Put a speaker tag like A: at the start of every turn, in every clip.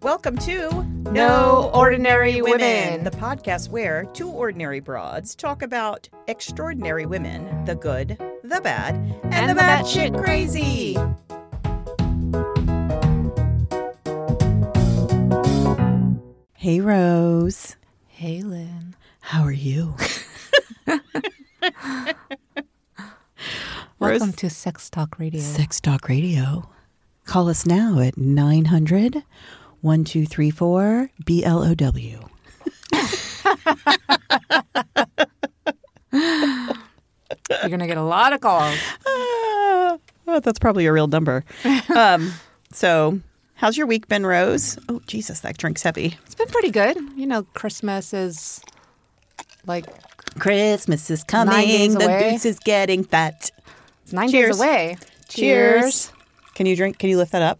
A: Welcome to
B: No Ordinary Women.
A: the podcast where two ordinary broads talk about extraordinary women, the good, the bad, and,
B: And
A: the,
B: the
A: batshit
B: batshit
A: crazy. Hey, Rose.
B: Hey, Lynn.
A: How are you? Rose-
B: Welcome to Sex Talk Radio.
A: Sex Talk Radio. Call us now at 900 1234 BLOW.
B: You're going to get a lot of calls.
A: Uh, oh, that's probably a real number. um, so, how's your week been, Rose? Oh, Jesus, that drink's heavy.
B: It's been pretty good. You know, Christmas is like
A: Christmas is
B: Nine
A: coming.
B: days
A: The
B: away.
A: goose is getting fat.
B: it's nine
A: Cheers.
B: days away.
A: Can you drink? Can you lift that up?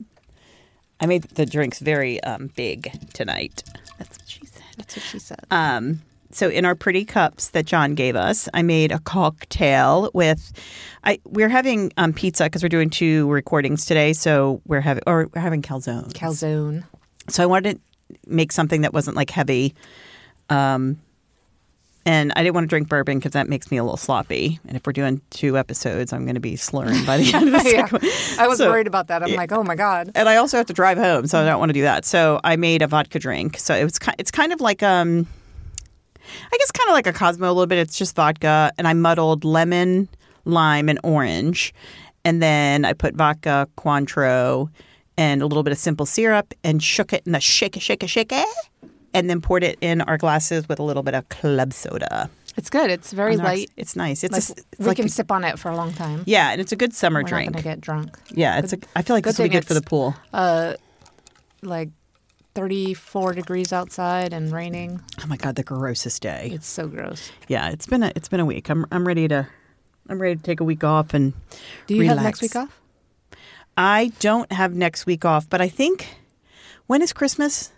A: I made the drinks very um, big tonight. That's what she said.
B: That's what she said.
A: Um, so in our pretty cups that John gave us, I made a cocktail with. I we're having um, pizza because we're doing two recordings today, so we're having or we're having calzone.
B: Calzone.
A: so I wanted to make something that wasn't like heavy, um, and I didn't want to drink bourbon because that makes me a little sloppy. And if we're doing two episodes, I'm going to be slurring by the end of the
B: Yeah.
A: second. one.
B: I was
A: So-
B: worried about that. I'm like, oh my God.
A: and I also have to drive home, so I don't want to do that. So I made a vodka drink. So it was ki- it's kind of like um, I guess kind of like a Cosmo a little bit. It's just vodka, and I muddled lemon, lime, and orange, and then I put vodka, Cointreau, and a little bit of simple syrup, and shook it in the shake it, shake it, shake it, and then poured it in our glasses with a little bit of club soda.
B: It's good. It's very
A: And our-
B: light.
A: It's nice. It's a,
B: Like,
A: s- it's
B: we
A: like
B: can
A: a-
B: sip on it for a long time.
A: yeah, and it's a good summer
B: We're
A: drink.
B: not going to get drunk.
A: yeah, it's a, I feel like
B: good
A: this would be
B: thing
A: good for the
B: it's-
A: pool.
B: Uh, like 34 degrees outside and raining.
A: Oh my god, the grossest day.
B: It's so gross.
A: yeah, it's been a it's been a week. I'm I'm ready to I'm ready to take a week off and
B: Do you have
A: Relax.
B: next week off?
A: I don't have next week off, but I think when is Christmas?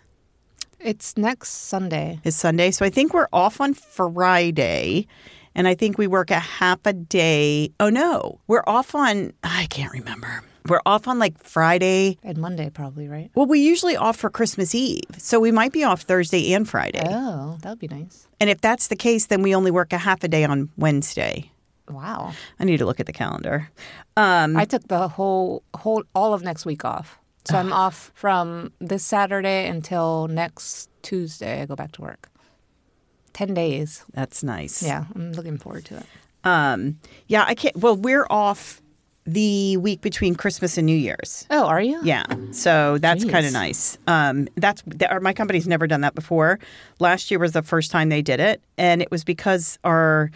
B: It's next Sunday.
A: Is Sunday. So I think we're off on Friday. And I think we work a half a day. Oh no. We're off on I can't remember. We're off on like Friday.
B: And Monday, probably, right?
A: Well, we usually off for Christmas Eve. So we might be off Thursday and Friday.
B: Oh, that would be nice.
A: And if that's the case, then we only work a half a day on Wednesday.
B: Wow.
A: I need to look at the calendar. Um,
B: I took the whole whole all of next week off. So I'm off from this Saturday until next Tuesday. I go back to work. 10 days.
A: that's nice.
B: Yeah, I'm looking forward to it.
A: Um, yeah, I can't. Well, we're off the week between Christmas and New Year's.
B: Oh, are you?
A: Yeah, so that's
B: Jeez.
A: kind of nice. Um, that's that, or my company's never done that before. Last year was the first time they did it, and it was because our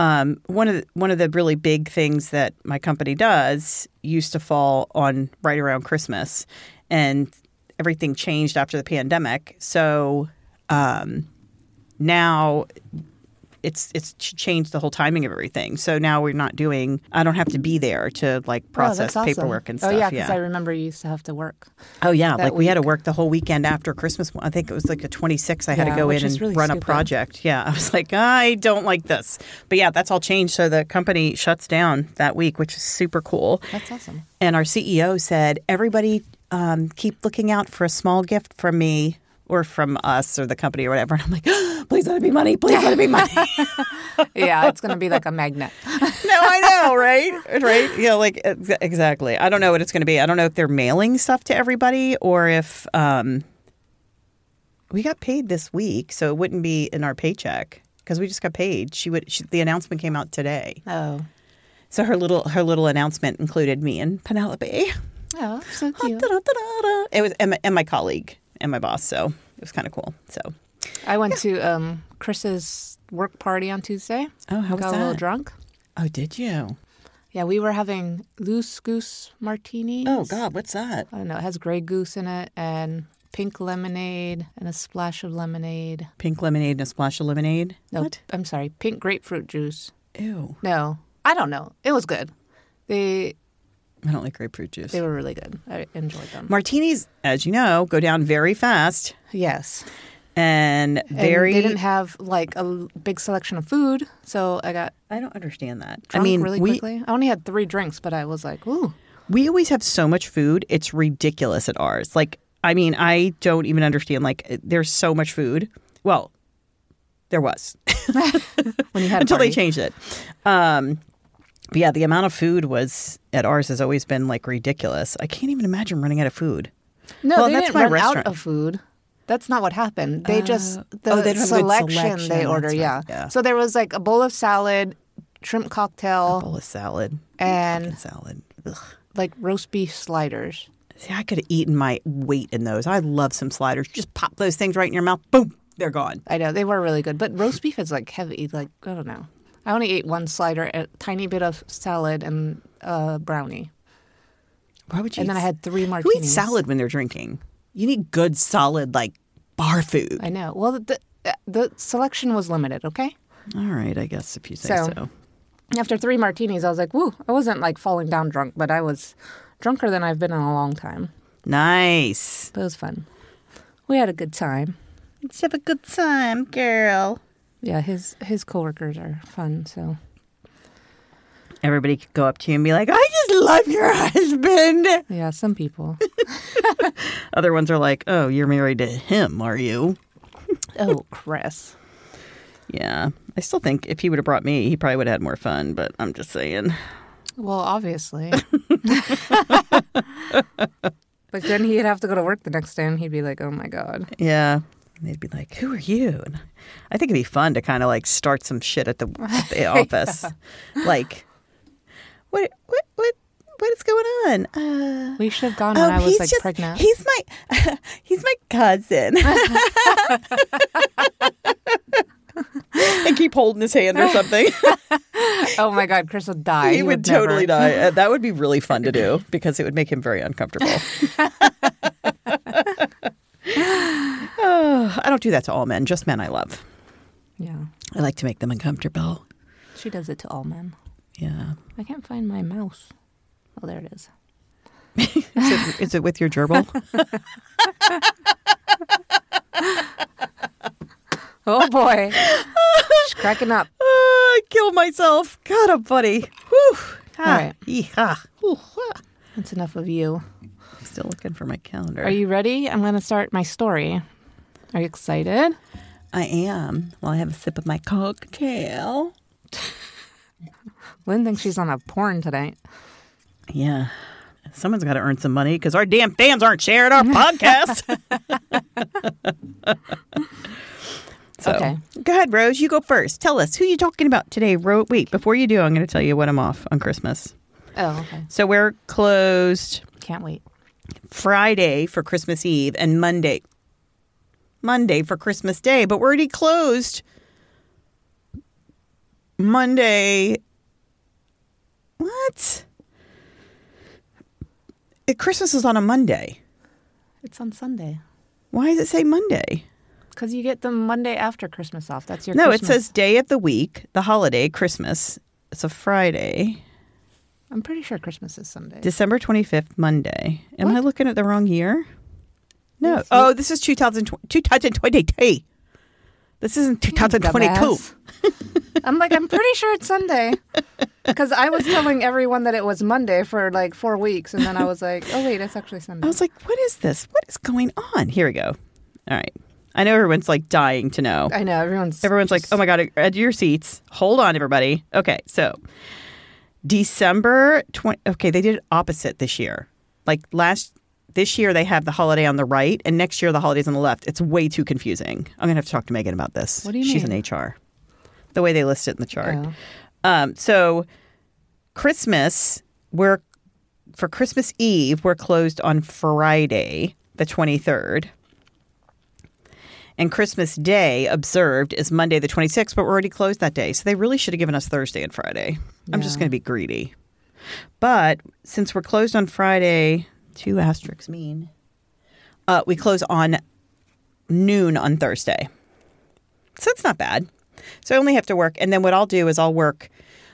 A: um, one of the, one of the really big things that my company does used to fall on right around Christmas, and everything changed after the pandemic. So um, now it's it's ch- changed the whole timing of everything. So now we're not doing. I don't have to be there to like
B: Oh,
A: process
B: that's awesome.
A: paperwork and stuff.
B: Oh, yeah, because I remember you used to have to work.
A: Oh yeah, like
B: that
A: we had to work the whole weekend after Christmas. I think it was like a 26. I had to
B: Yeah,
A: go in
B: which
A: and
B: is really
A: run a
B: stupid.
A: project. Yeah, I was like, I don't like this. But yeah, that's all changed. So the company shuts down that week, which is super cool.
B: That's awesome.
A: And our CEO said, everybody, um, keep looking out for a small gift from me or from us or the company or whatever. And I'm like, please let it be money. Please let it be money.
B: yeah, it's going to be like a magnet.
A: no, I know, right? Right? Yeah, like ex- exactly. I don't know what it's going to be. I don't know if they're mailing stuff to everybody or if um, we got paid this week, so it wouldn't be in our paycheck because we just got paid. She would. She, the announcement came out today,
B: Oh.
A: so her little her little announcement included me and Penelope.
B: Oh, so cute.
A: Da-da-da-da-da. It was and my, and my colleague and my boss, so it was kind of cool. So
B: I went to um, Chris's work party on Tuesday.
A: oh, how
B: Got a little drunk.
A: Oh, did you?
B: Yeah, we were having loose goose martini.
A: Oh God, what's that?
B: I don't know. It has gray goose in it and pink lemonade and a splash of lemonade.
A: Pink lemonade and a splash of lemonade.
B: No,
A: What?
B: I'm sorry. Pink grapefruit juice.
A: Ew.
B: No, I don't know. It was good. They
A: I don't like grapefruit juice.
B: they were really good. I enjoyed them.
A: martinis, as you know, go down very fast
B: yes.
A: and
B: And
A: very.
B: they didn't have like a l- big selection of food, so I got
A: I don't understand that.
B: drunk
A: I mean,
B: really
A: we
B: quickly. I only had three drinks, but I was like, ooh.
A: we always have so much food; it's ridiculous at ours. Like I mean, I don't even understand. Like, eh, there's so much food. Well, there was
B: when you had a
A: until they
B: party.
A: changed it. Um, but yeah, the amount of food was at ours has always been like ridiculous. I can't even imagine running out of food.
B: No,
A: Well,
B: they
A: that's
B: didn't
A: my
B: run
A: restaurant.
B: out of food. That's not what happened. They just the
A: oh, they don't have a good
B: selection,
A: selection,
B: they order.
A: that's right,
B: Yeah.
A: yeah.
B: So there was like a bowl of salad, shrimp cocktail,
A: Bowl of salad
B: and
A: salad. Ugh.
B: like roast beef sliders.
A: See, I could have eaten my weight in those. I love some sliders. Just pop those things right in your mouth. Boom, they're gone.
B: I know they were really good, but roast beef is like heavy. Like I don't know. I only ate one slider, a tiny bit of salad, and a brownie,
A: Why would you?
B: and then
A: eat
B: I had three
A: Who
B: martinis.
A: eats salad when they're drinking? You need good, solid, like bar food.
B: I know. Well, the the selection was limited. Okay.
A: All right, I guess if you say so.
B: So- After three martinis, I was like, "Woo!" I wasn't like falling down drunk, but I was drunker than I've been in a long time.
A: Nice.
B: But it was fun. We had a good time.
A: Let's have a good time, girl.
B: Yeah, his his coworkers are fun. So
A: Everybody could go up to you and be like, "I just love your husband."
B: yeah, some people.
A: Other ones are like, "Oh, you're married to him, are you?"
B: oh, Chris.
A: Yeah. I still think if he would have brought me, he probably would have had more fun. But I'm just saying.
B: Well, obviously. but then he'd have to go to work the next day, and he'd be like, "Oh my god."
A: Yeah. And they'd be like, "Who are you?" And I think it'd be fun to kind of like start some shit at the, at the office, like, what what what what is going on? Uh,
B: We should have gone when I was like pregnant.
A: he's my he's my cousin. and keep holding his hand or something.
B: oh my god, Chris would die.
A: he would totally
B: never.
A: die. Uh, That would be really fun to do because it would make him very uncomfortable. Oh, I don't do that to all men, just men I love.
B: Yeah,
A: I like to make them uncomfortable.
B: she does it to all men.
A: Yeah.
B: I can't find my mouse. Oh, there it is.
A: Is it, is it with your gerbil? Ah,
B: Oh boy, she's cracking up.
A: I killed myself. God, I'm funny. Whew.
B: All right.
A: Yeehaw. Whew, ah.
B: That's enough of you.
A: I'm still looking for my calendar.
B: Are you ready? I'm going to start my story. Are you excited?
A: I am. Well, I have a sip of my cocktail.
B: Lynn thinks she's on a porn tonight.
A: Yeah. Someone's got to earn some money because our damn fans aren't sharing our podcast. so,
B: Okay.
A: Go ahead, Rose. You go first. Tell us who you talking about today, Rose. Wait, before you do, I'm going to tell you what I'm off on Christmas.
B: Oh, okay.
A: So we're closed
B: Can't wait.
A: Friday for Christmas Eve and Monday. Monday for Christmas Day, but we're already closed Monday. What? Eh, Christmas is on a Monday.
B: It's on Sunday.
A: Why does it say Monday?
B: Because you get the Monday after Christmas off. That's your
A: No, it
B: Christmas.
A: says day of the week, the holiday, Christmas. It's a Friday,
B: I'm pretty sure Christmas is Sunday.
A: December 25th, Monday. Am I
B: What?
A: looking at the wrong year? No.
B: Yes, you-
A: oh, this is 2020, 2023. This isn't 2022.
B: Dumbass. I'm like, I'm pretty sure it's Sunday. Because I was telling everyone that it was Monday for like four weeks. And then I was like, oh, wait, it's actually
A: I
B: Sunday.
A: was like, what is this? What is going on? Here we go. All right. I know everyone's like dying to know.
B: I know. Everyone's.
A: Everyone's like, oh my God, at your seats. Hold on, everybody. Okay. So December 20. Okay. They did it opposite this year. Like last, this year they have the holiday on the right and next year the holiday's on the left. It's way too confusing. I'm going to have to talk to Megan about this.
B: What do you
A: She's
B: mean?
A: an HR. The way they list it in the chart.
B: Oh.
A: Um, so Christmas, we're for Christmas Eve, we're closed on Friday, the 23rd. And Christmas Day observed is Monday the 26th, but we're already closed that day. So they really should have given us Thursday and Friday. I'm just
B: Yeah.
A: going to be greedy. But since we're closed on Friday, two asterisks mean uh, we close on noon on Thursday. So it's not bad. So I only have to work. And then what I'll do is I'll work,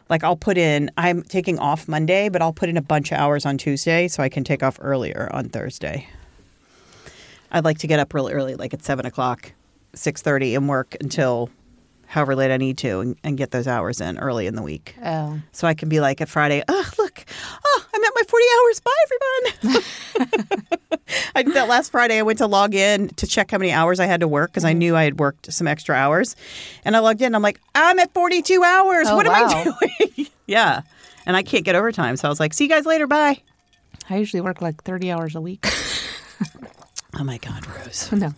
A: like I'll put in, I'm taking off Monday, but I'll put in a bunch of hours on Tuesday so I can take off earlier on Thursday. I'd like to get up really early, like at 7 o'clock, 6.30 and work until however late I need to and, and get those hours in early in the week.
B: Oh.
A: So I can be like at Friday, oh, look, oh, I'm at my 40 hours. Bye, everyone. I, that last Friday, I went to log in to check how many hours I had to work because
B: Mm-hmm.
A: I knew I had worked some extra hours. And I logged in. I'm like, I'm at 42 hours.
B: Oh,
A: what
B: wow.
A: am I doing? yeah. And I can't get overtime. So I was like, see you guys later. Bye.
B: I usually work like 30 hours a week.
A: Oh, my God, Rose.
B: no.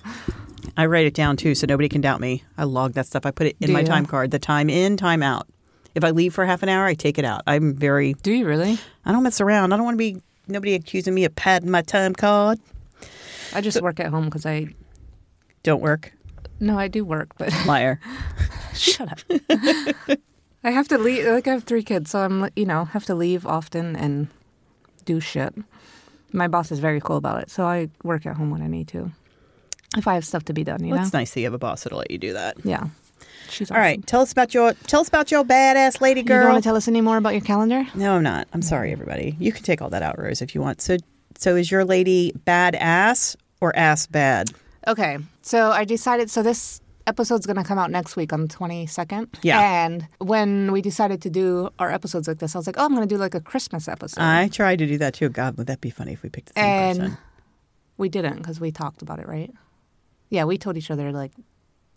A: I write it down too so nobody can doubt me. I log that stuff. I put it in
B: Do
A: my
B: you?
A: time card the time in, time out. If I leave for half an hour, I take it out. I'm very
B: Do you really?
A: I don't mess around. I don't want to be nobody accusing me of padding my time card.
B: I just work at home because I.
A: Don't work.
B: No, I do work, but
A: Liar.
B: shut up. I have to leave. Like, I have three kids, so I'm, you know, have to leave often and do shit. My boss is very cool about it, so I work at home when I need to. If I have stuff to be done, you
A: Well, it's
B: know?
A: nice that you have a boss that'll let you do that.
B: Yeah. She's awesome.
A: All right. Tell us about your tell us about your badass lady
B: You don't
A: girl.
B: want to tell Mm. us any more about your calendar?
A: no, I'm not. I'm sorry, everybody. You can take all that out, Rose, if you want. So so is your lady badass or ass bad?
B: Okay. So I decided so this episode's going to come out next week on the 22nd.
A: Yeah.
B: And when we decided to do our episodes like this, I was like, "Oh, I'm going to do like a Christmas episode."
A: I tried to do that too. God, would that be funny if we picked the same
B: and
A: person?
B: we didn't cuz we talked about it, right? Yeah, we told each other like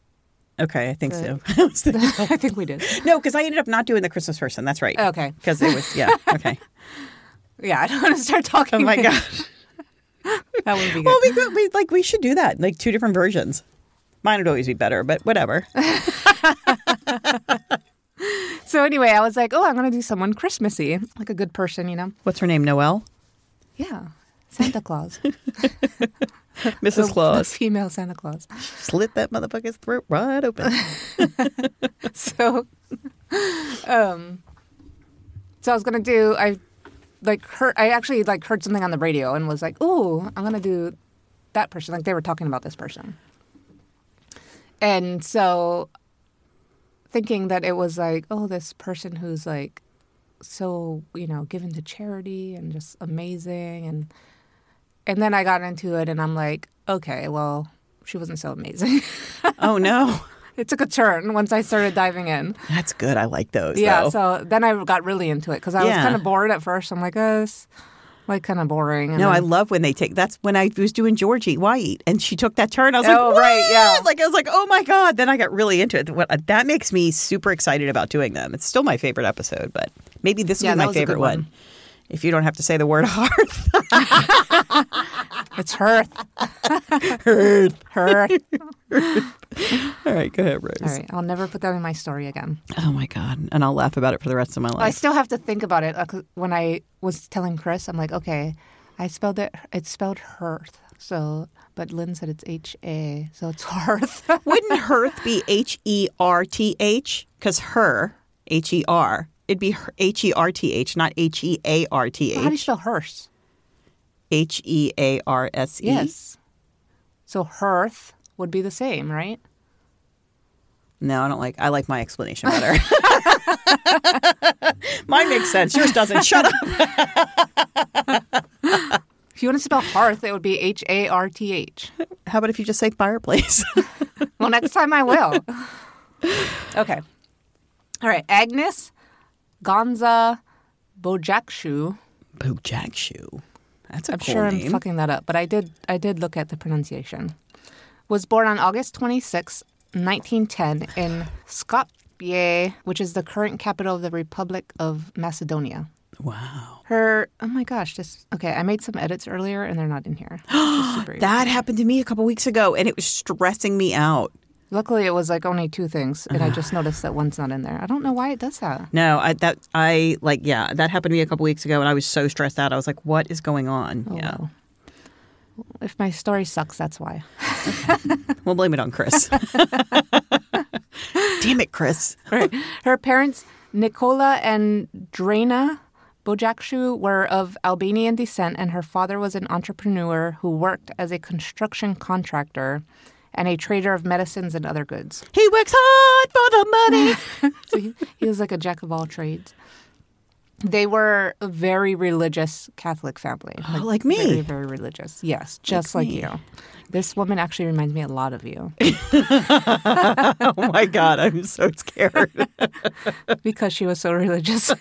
A: Okay, I think so.
B: Good.
A: I was thinking-
B: I think we did.
A: no, because I ended up not doing the Christmas person. That's right.
B: Okay.
A: Because it was yeah. Okay.
B: Yeah, I don't want to start talking.
A: Oh my god.
B: That would be good.
A: Well, we, could- we like we should do that. Like two different versions. Mine would always be better, but whatever.
B: so anyway, I was like, "Oh, I'm going to do someone Christmassy, like a good person, you know."
A: What's her name? Noelle,
B: Yeah. Santa Claus.
A: Mrs. Claus.
B: Female Santa Claus.
A: Oh, Slit that motherfucker's throat right open.
B: so um so i was gonna do i like heard i actually like heard something on the radio and was like oh i'm gonna do that person like they were talking about this person and so thinking that it was like oh this person who's like so you know given to charity and just amazing and and then i got into it and i'm like okay well she wasn't so amazing
A: oh no,
B: it took a turn once i started diving in
A: that's good. I like those.
B: yeah,
A: though.
B: so then I got really into it because I was
A: Yeah.
B: kind of bored at first. I'm like, oh, it's like kind of boring. And
A: no, I
B: then-
A: love when they take. That's when I was doing Georgie White, and she took that turn. I was
B: Oh,
A: like,
B: right,
A: "What?"
B: yeah.
A: Like I was like, oh my god. Then I got really into it. What- That makes me super excited about doing them. It's still my favorite episode, but maybe this will
B: Yeah,
A: be
B: that
A: my
B: was a good
A: favorite
B: one.
A: one. If you don't have to say the word hearth,
B: it's her,
A: hearth.
B: her.
A: All right, go ahead, Rose.
B: All right, I'll never put that in my story again.
A: Oh my god, and I'll laugh about it for the rest of my
B: I
A: life.
B: still have to think about it. Like, when I was telling Chris, I'm like, okay, I spelled it. It's spelled hearth. So, but Lynn said it's H A, so it's hearth.
A: Wouldn't hearth be H E R T H? Because her H E R. It'd be H E R T H, not H E A R T
B: How do you
A: H.
B: spell hearse?
A: H E A R S E.
B: Yes. So hearth would be the same, right?
A: No, I don't like. I like my explanation better. Mine makes sense. Yours doesn't. Shut up.
B: If you want to spell hearth, it would be H A R T H.
A: How about if you just say fireplace?
B: Well, next time I will. okay. All right. Agnes Gonza Bojakshu.
A: Bojack shoe. That's a
B: I'm
A: cool
B: sure I'm
A: name.
B: fucking that up, but I did I did look at the pronunciation. Was born on August 26, 1910 in Skopje, which is the current capital of the Republic of Macedonia.
A: wow.
B: Her oh my gosh, this okay, I made some edits earlier and they're not in here. which is super weird.
A: That happened to me a couple weeks ago, and it was stressing me out.
B: Luckily it was like only two things and I just noticed that one's not in there. I don't know why it does that.
A: No, I that I like yeah, that happened to me a couple weeks ago and I was so stressed out. I was like, what is going on?
B: Oh,
A: yeah.
B: wow. If my story sucks, that's why.
A: We'll blame it on Chris. Damn it, Chris.
B: Her parents, Nicola and Drena Bojakshu, were of Albanian descent, and her father was an entrepreneur who worked as a construction contractor and a trader of medicines and other goods.
A: He works hard for the money.
B: So he, he was like a jack of all trades. They were a very religious Catholic family.
A: like me.
B: Very, very religious. Yes, just like,
A: me.
B: you. This woman actually reminds me a lot of you
A: oh my god, I'm so scared.
B: because she was so religious.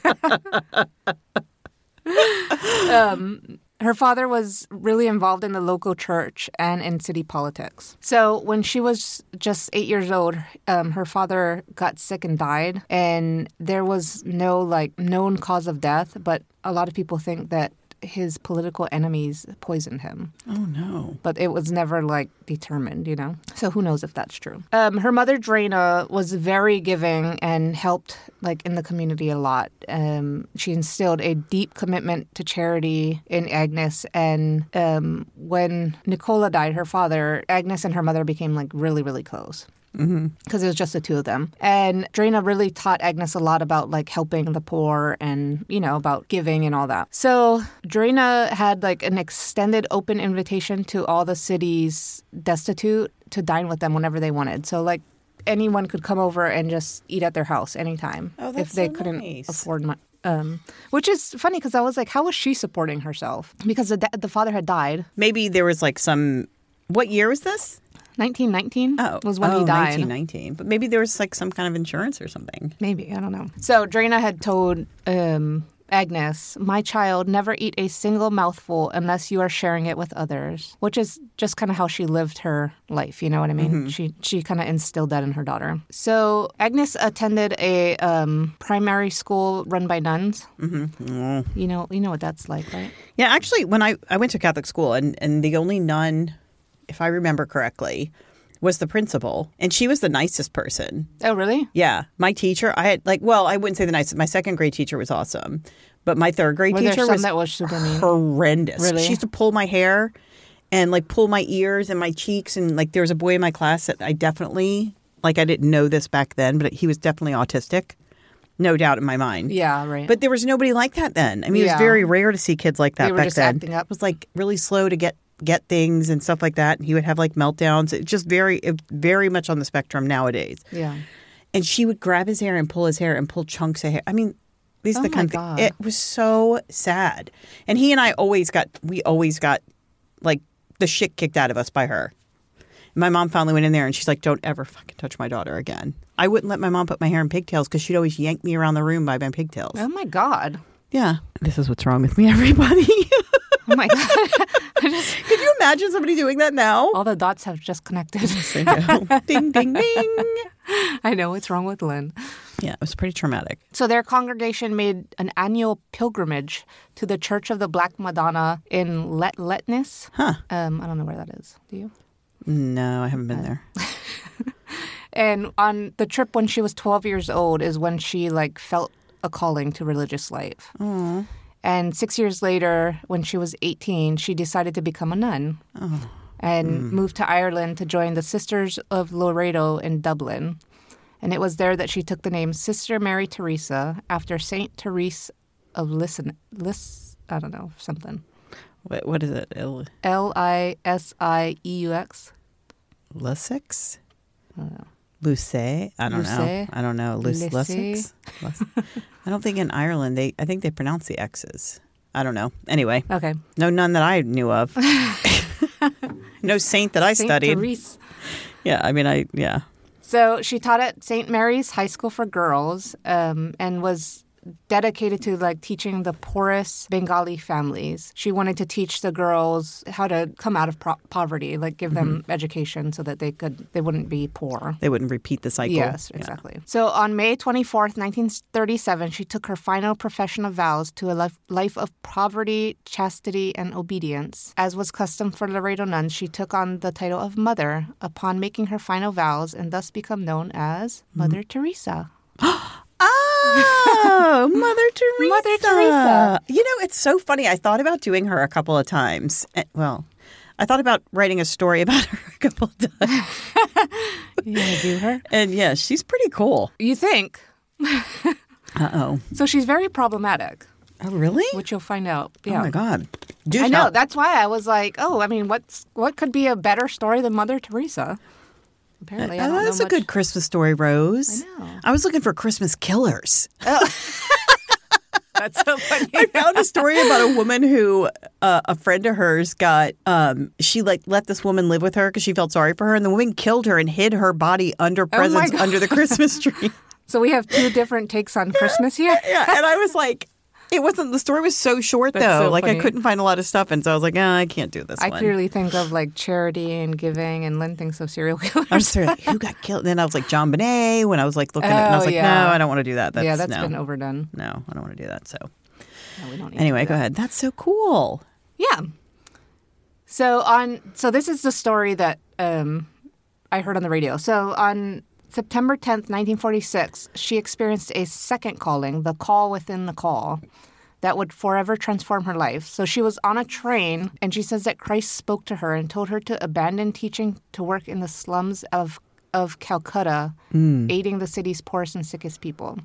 B: um, her father was really involved in the local church and in city politics. So when she was just eight years old, um, her father got sick and died, and there was no like known cause of death. But a lot of people think that his political enemies poisoned him,
A: Oh no.
B: but it was never like determined, you know. So who knows if that's true? Um, her mother Drana was very giving and helped like in the community a lot. Um, she instilled a deep commitment to charity in Agnes, and um, when Nicola died, her father, Agnes and her mother became like really, really close because it was just the two of them. And Drina really taught Agnes a lot about like helping the poor and, you know, about giving and all that. So Drina had like an extended open invitation to all the city's destitute to dine with them whenever they wanted. So, like, anyone could come over and just eat at their house anytime
A: Oh,
B: if
A: that's
B: they
A: so
B: couldn't
A: nice.
B: afford money. Um, which is funny because I was like, how was she supporting herself? Because the, da- the father had died.
A: Maybe there was like some. What year was this?
B: 1919
A: Oh,
B: was when
A: oh,
B: he died.
A: 1919. But maybe there was like some kind of insurance or something.
B: Maybe, I don't know. So Drina had told um, Agnes, My child, never eat a single mouthful unless you are sharing it with others, which is just kind of how she lived her life. You know what I mean? She, she kind of instilled that in her daughter. So Agnes attended a um, primary school run by nuns. Mm-hmm. You know, you know what that's like, right?
A: Yeah, actually, when I, I went to Catholic school, and, and the only nun, if I remember correctly, was the principal, and she was the nicest person.
B: Oh, really?
A: Yeah, my teacher, I had like, well, I wouldn't say the nicest. My second grade teacher was awesome, but my third grade
B: Were there
A: teacher
B: some
A: was
B: that was super mean?
A: horrendous.
B: Really?
A: She used to pull my hair and like pull my ears and my cheeks, and like there was a boy in my class that I definitely like. I didn't know this back then, but he was definitely autistic, no doubt in my mind.
B: Yeah, right.
A: But there was nobody like that then. I mean, it
B: Yeah.
A: was very rare to see kids like that
B: They were
A: back
B: just
A: then.
B: acting up.
A: It was like really slow to get get things and stuff like that. And he would have like meltdowns. It just very it- very much on the spectrum nowadays.
B: yeah.
A: And she would grab his hair and pull his hair and pull chunks of hair. I mean, these are
B: Oh
A: the
B: my
A: kind of
B: God.
A: thi- it was so sad. And he and I always got we always got like the shit kicked out of us by her. My mom finally went in there and she's like, "Don't ever fucking touch my daughter again." I wouldn't let my mom put my hair in pigtails because she'd always yank me around the room by my pigtails.
B: Oh, my God.
A: Yeah. This is what's wrong with me, everybody. Can
B: Oh, my God.
A: you imagine somebody doing that now?
B: all the dots have just connected.
A: ding, ding, ding.
B: I know what's wrong with Lynn.
A: Yeah, it was pretty traumatic.
B: So their congregation made an annual pilgrimage to the Church of the Black Madonna in Let Letness.
A: Huh.
B: Um, I don't know where that is. Do you?
A: No, I haven't
B: Uh.
A: been there.
B: And on the trip when she was 12 years old is when she like felt a calling to religious life. And 6 years later when she was 18, she decided to become a nun. And
A: Mm.
B: moved to Ireland to join the Sisters of Loreto in Dublin. And it was there that she took the name Sister Mary Teresa after Saint Therese of Listen Lis I don't know, something.
A: What, what is it? L-
B: L I S I E U X.
A: Lussex? Luce? I don't know.
B: Luce?
A: I don't know. Luce,
B: Luce?
A: Lussex? Lus- I don't think in Ireland they. I think they pronounce the X's. I don't know. Anyway,
B: Okay.
A: no none that I knew of. no saint that I
B: Saint
A: studied.
B: Therese.
A: Yeah, I mean, I yeah.
B: So she taught at St. Mary's High School for Girls um, and was dedicated to like teaching the poorest Bengali families. She wanted to teach the girls how to come out of pro- poverty, like give them education so that they could they wouldn't be poor.
A: They wouldn't repeat the cycle.
B: Yes,
A: Yeah.
B: exactly. So on May 24th, 1937, she took her final profession of vows to a life, life of poverty, chastity, and obedience. As was custom for Laredo nuns, she took on the title of Mother upon making her final vows and thus become known as
A: Mm-hmm.
B: Mother Teresa.
A: Oh, Mother Teresa.
B: Mother Teresa.
A: You know, it's so funny. I thought about doing her a couple of times. Eh, Well, I thought about writing a story about her a couple of times.
B: You want to do her?
A: And yeah, she's pretty cool.
B: You think?
A: Uh oh.
B: So she's very problematic,
A: Oh, really?
B: which you'll find out.
A: Oh,
B: Yeah.
A: my God. Do
B: I
A: tell.
B: know. That's why I was like, oh, I mean, what's what could be a better story than Mother Teresa? Apparently, I
A: Oh,
B: don't know
A: that's a
B: much-
A: good Christmas story, Rose.
B: I know.
A: was looking for Christmas killers.
B: That's so funny.
A: I found a story about a woman who uh, a friend of hers got. Um, she like let this woman live with her because she felt sorry for her, and the woman killed her and hid her body under
B: my
A: presents
B: God.
A: under the Christmas tree.
B: So we have two different takes on Christmas here.
A: yeah, and I was like, It wasn't. The story was so short
B: That's
A: though.
B: so
A: like I
B: funny.
A: couldn't find a lot of stuff, and so I was like, "Ah, I can't do this
B: I
A: one.
B: clearly think of like charity and giving, and Lynn thinks of serial killers.
A: I'm sorry, like, who got killed? Then I was like John Bonet when I was like looking at it, and I was
B: Oh,
A: like,
B: yeah.
A: no, I don't want to do that. That's,
B: yeah, that's
A: no,
B: been overdone.
A: no, I don't want to do that. So
B: No, we don't need to
A: anyway,
B: do
A: go
B: that.
A: ahead. That's so cool.
B: Yeah. So on so this is the story that um, I heard on the radio. So on September 10th, 1946, she experienced a second calling, the call within the call, that would forever transform her life. So she was on a train and she says that Christ spoke to her and told her to abandon teaching to work in the slums of of Calcutta, aiding the city's poorest and sickest people.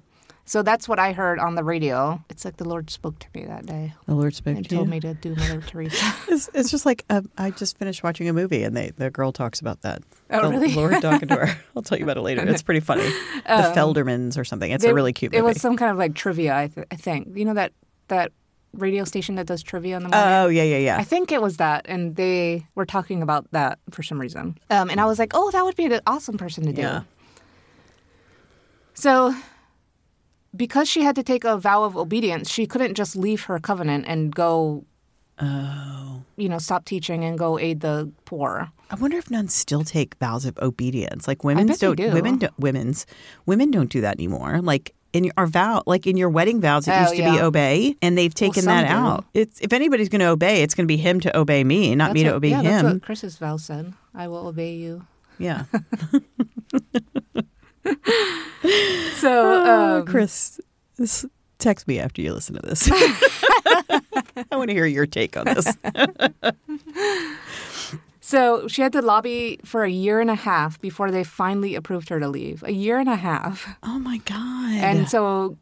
B: So that's what I heard on the radio. It's like the Lord spoke to me that day
A: The Lord spoke
B: and
A: to you.
B: told me to do Mother Teresa.
A: It's, it's just like um, I just finished watching a movie, and they the girl talks about that.
B: Oh,
A: the
B: really? Um,
A: Lord talking to her. I'll tell you about it later. It's pretty funny. the Feldermans or something. It's
B: They-
A: a really cute
B: It
A: movie.
B: was some kind of like trivia, I, th- I think. You know that that radio station that does trivia in the morning.
A: oh yeah, yeah, yeah.
B: I think it was that, and they were talking about that for some reason. Um, and I was like, oh, that would be an awesome person to do.
A: Yeah.
B: So, because she had to take a vow of obedience, she couldn't just leave her covenant and go,
A: oh,
B: you know, stop teaching and go aid the poor.
A: I wonder if nuns still take vows of obedience. Like women
B: bet they
A: don't.
B: do.
A: Women don't, women's women don't do that anymore. Like in your, our vow, like in your wedding vows, it
B: Oh,
A: used to be
B: yeah.
A: obey, and they've taken
B: some
A: that
B: do.
A: out. It's if anybody's going to obey, it's going to be him to obey me, not me
B: That's
A: to
B: what-
A: obey
B: yeah,
A: him.
B: That's what Chris's vow said. I will obey you.
A: Yeah.
B: So,
A: Oh,
B: um,
A: Chris, this, text me after you listen to this. I want to hear your take on this.
B: So she had to lobby for a year and a half before they finally approved her to leave. A year and a half.
A: Oh my god!
B: And so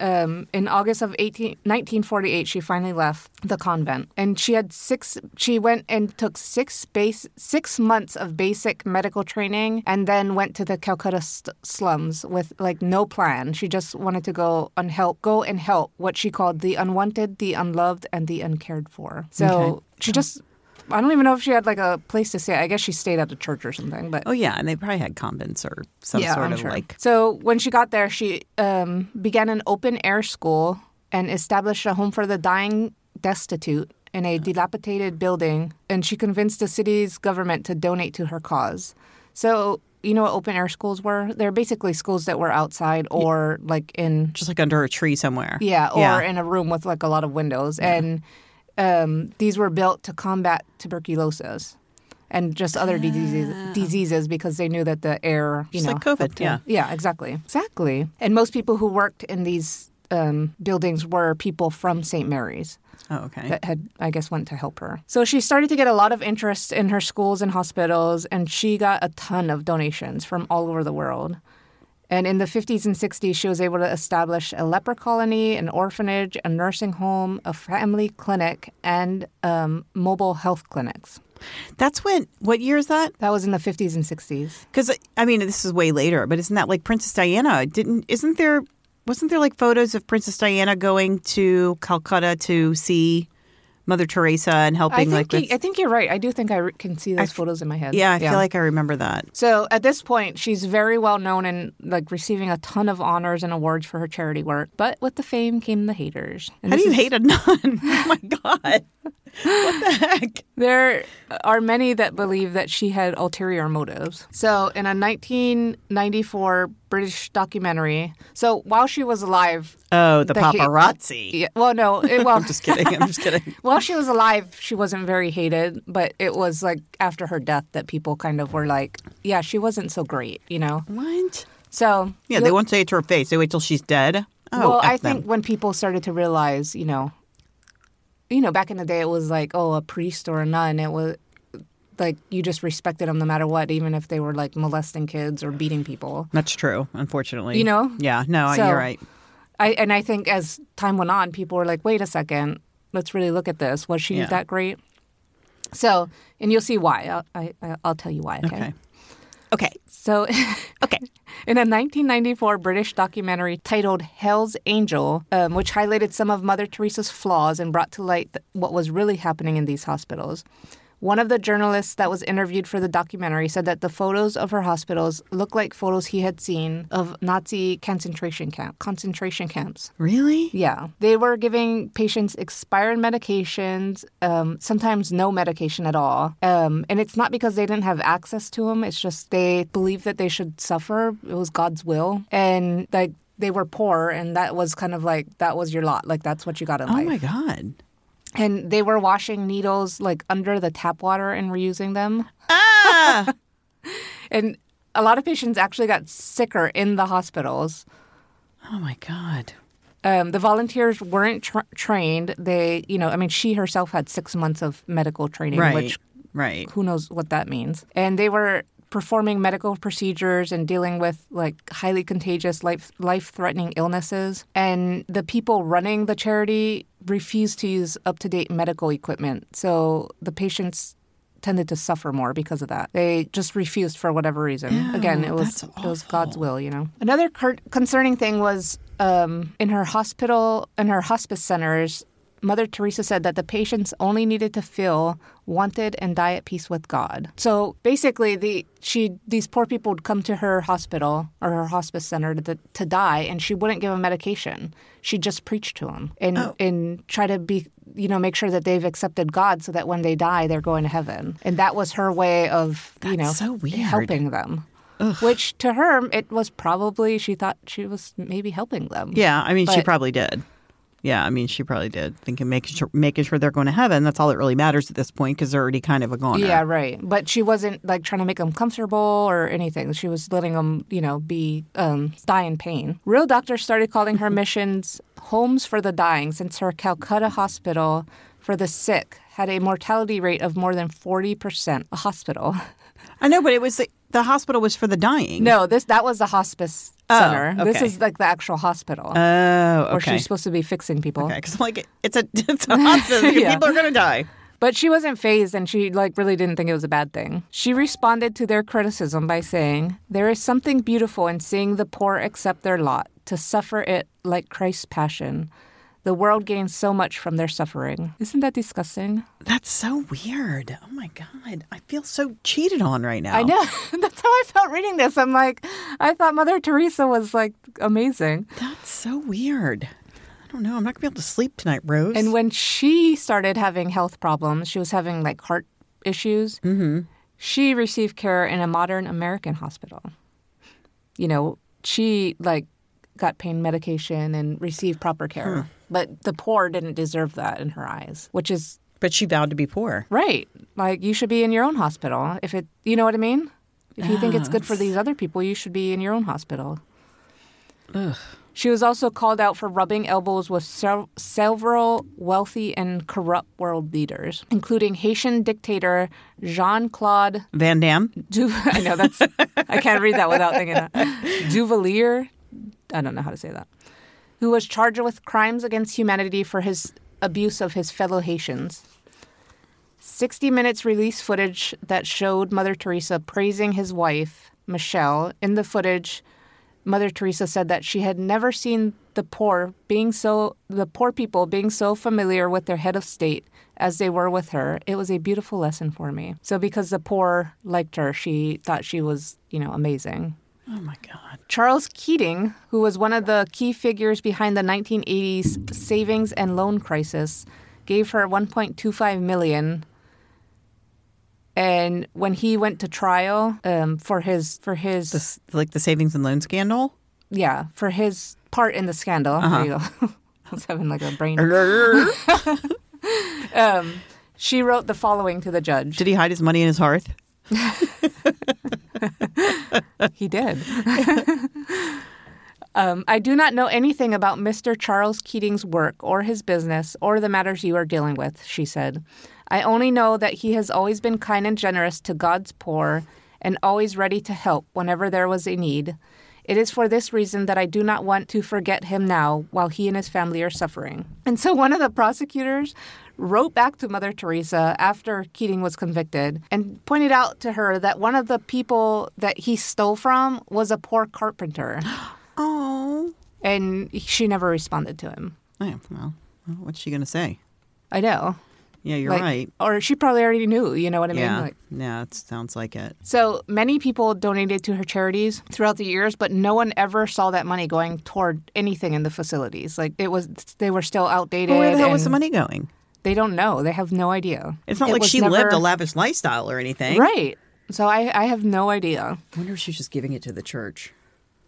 B: um, in August of 18, 1948, she finally left the convent. And she had six, she went and took six, base, six months of basic medical training and then went to the Calcutta st- slums with like no plan. She just wanted to go and help, go and help what she called the unwanted, the unloved, and the uncared for. So
A: Okay.
B: she just, I don't even know if she had like a place to stay. I guess she stayed at a church or something, but
A: oh yeah, and they probably had convents or some sort
B: I'm
A: of
B: sure.
A: like.
B: So when she got there, she um, began an open air school and established a home for the dying destitute in a dilapidated building. And she convinced the city's government to donate to her cause. So you know what open air schools were? They're basically schools that were outside or like in
A: Just like under a tree somewhere.
B: yeah, or
A: yeah.
B: in a room with like a lot of windows. And um, these were built to combat tuberculosis and just other diseases, diseases because they knew that the air, you
A: Ah. Just
B: know,
A: like COVID,
B: helped to-
A: yeah.
B: yeah, exactly, exactly. And most people who worked in these um, buildings were people from St. Mary's
A: oh okay.
B: that had, I guess, went to help her. So she started to get a lot of interest in her schools and hospitals, and she got a ton of donations from all over the world. And in the 50s and 60s, she was able to establish a leper colony, an orphanage, a nursing home, a family clinic, and um, mobile health clinics.
A: That's when. What year is that?
B: That was in the 50s and 60s.
A: Because I mean, this is way later. But isn't that like Princess Diana? Didn't isn't there? Wasn't there like photos of Princess Diana going to Calcutta to see Mother Teresa and
B: I
A: helping?
B: think,
A: like,
B: you- I think you're right. I do think I re- can see those
A: f-
B: photos in my head.
A: with, yeah, I feel like I remember that.
B: So at this point, she's very well known and like receiving a ton of honors and awards for her charity work. But with the fame came the haters. And
A: How do
B: this
A: you
B: is-
A: hate a nun? Oh my god! What the heck?
B: There are many that believe that she had ulterior motives. So in a 1994 British documentary, so while she was alive,
A: Oh, the,
B: The hate-
A: paparazzi.
B: yeah, well, no, it, well,
A: I'm just kidding. I'm just kidding.
B: while she was alive, she wasn't very hated. But it was like after her death that people kind of were like, yeah, she wasn't so great, you know.
A: What?
B: So
A: Yeah, they won't say it to her face. They wait till she's dead. Oh,
B: well,
A: F
B: I
A: them.
B: think when people started to realize, you know, you know, back in the day, it was like, oh, a priest or a nun. It was like you just respected them no matter what, even if they were like molesting kids or beating people.
A: that's true. Unfortunately,
B: You know?
A: Yeah, no, I-
B: So-
A: you're right.
B: I and I think as time went on, people were like, wait a second, let's really look at this. Was she
A: Yeah.
B: that great? So, and you'll see why. I'll, I, I- I'll tell you why. Okay.
A: Okay. Okay.
B: So,
A: Okay.
B: In a 1994 British documentary titled Hell's Angel, um, which highlighted some of Mother Teresa's flaws and brought to light th- what was really happening in these hospitals, One of the journalists that was interviewed for the documentary said that the photos of her hospitals looked like photos he had seen of Nazi concentration camp concentration camps.
A: Really?
B: Yeah, they were giving patients expired medications, um, sometimes no medication at all, um, and it's not because they didn't have access to them. It's just they believed that they should suffer. It was God's will, and like they were poor, and that was kind of like that was your lot. Like that's what you got in
A: Oh
B: life
A: my God.
B: and they were washing needles like under the tap water and reusing them.
A: Ah!
B: And a lot of patients actually got sicker in the hospitals.
A: oh my God.
B: Um, the volunteers weren't tra- trained. They, you know, I mean, she herself had six months of medical training,
A: Right.
B: which
A: right.
B: who knows what that means. And they were performing medical procedures and dealing with like highly contagious life life-threatening illnesses and the people running the charity refused to use up-to-date medical equipment. So the patients tended to suffer more because of that. They just refused for whatever reason. Again, it was
A: that's
B: it was
A: awful.
B: God's will, you know. Another cur- concerning thing was um, in her hospital, in her hospice centers, Mother Teresa said that the patients only needed to feel wanted and die at peace with God. So basically, the she these poor people would come to her hospital or her hospice center to, to die, and she wouldn't give them medication. She just preached to them and
A: Oh.
B: and try to be you know make sure that they've accepted God, so that when they die, they're going to heaven. And that was her way of you know
A: That's so weird.
B: helping them. Which to her, it was probably she thought she was maybe helping them.
A: Yeah, I mean, she
B: But-
A: probably did. Yeah, I mean, she probably did. Thinking, making sure, making sure they're going to heaven. That's all that really matters at this point because they're already kind of a goner.
B: Yeah, right. But she wasn't like trying to make them comfortable or anything. She was letting them, you know, be um, die in pain. Real doctors started calling her missions homes for the dying since her Calcutta hospital for the sick had a mortality rate of more than 40%. A hospital.
A: I know, but it was the, the hospital was for the dying.
B: No, this that was the hospice
A: Oh,
B: center. This
A: okay.
B: is like the actual hospital
A: Oh,
B: where
A: okay.
B: she's supposed to be fixing people.
A: okay, because I'm like, it's a it's a hospital.
B: Yeah.
A: People are going to die.
B: But she wasn't phased and she like really didn't think it was a bad thing. She responded to their criticism by saying, "There is something beautiful in seeing the poor accept their lot, to suffer it like Christ's passion. The world gains so much from their suffering." Isn't that disgusting?
A: That's so weird. Oh my god, I feel so cheated on right now.
B: I know. That's how I felt reading this. I'm like, I thought Mother Teresa was like amazing.
A: That's so weird. I don't know. I'm not going to be able to sleep tonight, Rose.
B: And when she started having health problems, she was having like heart issues. Mm-hmm. She received care in a modern American hospital. You know, she like got pain medication and received proper care. But the poor didn't deserve that in her eyes, which is
A: but she vowed to be poor.
B: right. Like you should be in your own hospital if it, you know what I mean? If you think it's good for these other people, you should be in your own hospital.
A: Ugh.
B: She was also called out for rubbing elbows with sev- several wealthy and corrupt world leaders, including Haitian dictator Jean Claude
A: Van Damme.
B: du- I know that's I can't read that without thinking that Duvalier. I don't know how to say that. Who was charged with crimes against humanity for his abuse of his fellow Haitians. 60 Minutes released footage that showed Mother Teresa praising his wife, Michelle. In the footage, Mother Teresa said that she had never seen the poor being so the poor people being so familiar with their head of state as they were with her. It was a beautiful lesson for me. So because the poor liked her, she thought she was, you know, amazing.
A: Oh my god.
B: Charles Keating, who was one of the key figures behind the 1980s savings and loan crisis, gave her 1.25 million. And when he went to trial um, for his for his
A: This like the savings and loan scandal.
B: yeah for his part in the scandal, there you go. I was having like a
A: Er
B: brain.
A: Did
B: Um, she wrote the following to the judge.
A: he hide his money in his hearth?
B: He did. um, I do not know anything about Mr. Charles Keating's work or his business or the matters you are dealing with, she said. I only know that he has always been kind and generous to God's poor and always ready to help whenever there was a need. It is for this reason that I do not want to forget him now while he and his family are suffering. And so one of the prosecutors wrote back to Mother Teresa after Keating was convicted and pointed out to her that one of the people that he stole from was a poor carpenter,
A: Oh.
B: and she never responded to him.
A: Oh, well, well, what's she going to say?
B: I know.
A: Yeah, you're
B: Like-
A: right.
B: Or she probably already knew, you know what I
A: yeah.
B: mean? Like,
A: yeah, it sounds like it.
B: so many people donated to her charities throughout the years, but no one ever saw that money going toward anything in the facilities. Like it was, they were still outdated.
A: But where the hell was the
B: and
A: money going?
B: They don't know. They have no idea.
A: It's not
B: It
A: like
B: was
A: she lived
B: never-
A: a lavish lifestyle or anything.
B: right? So I, I have no idea.
A: I wonder if she's just giving it to the church.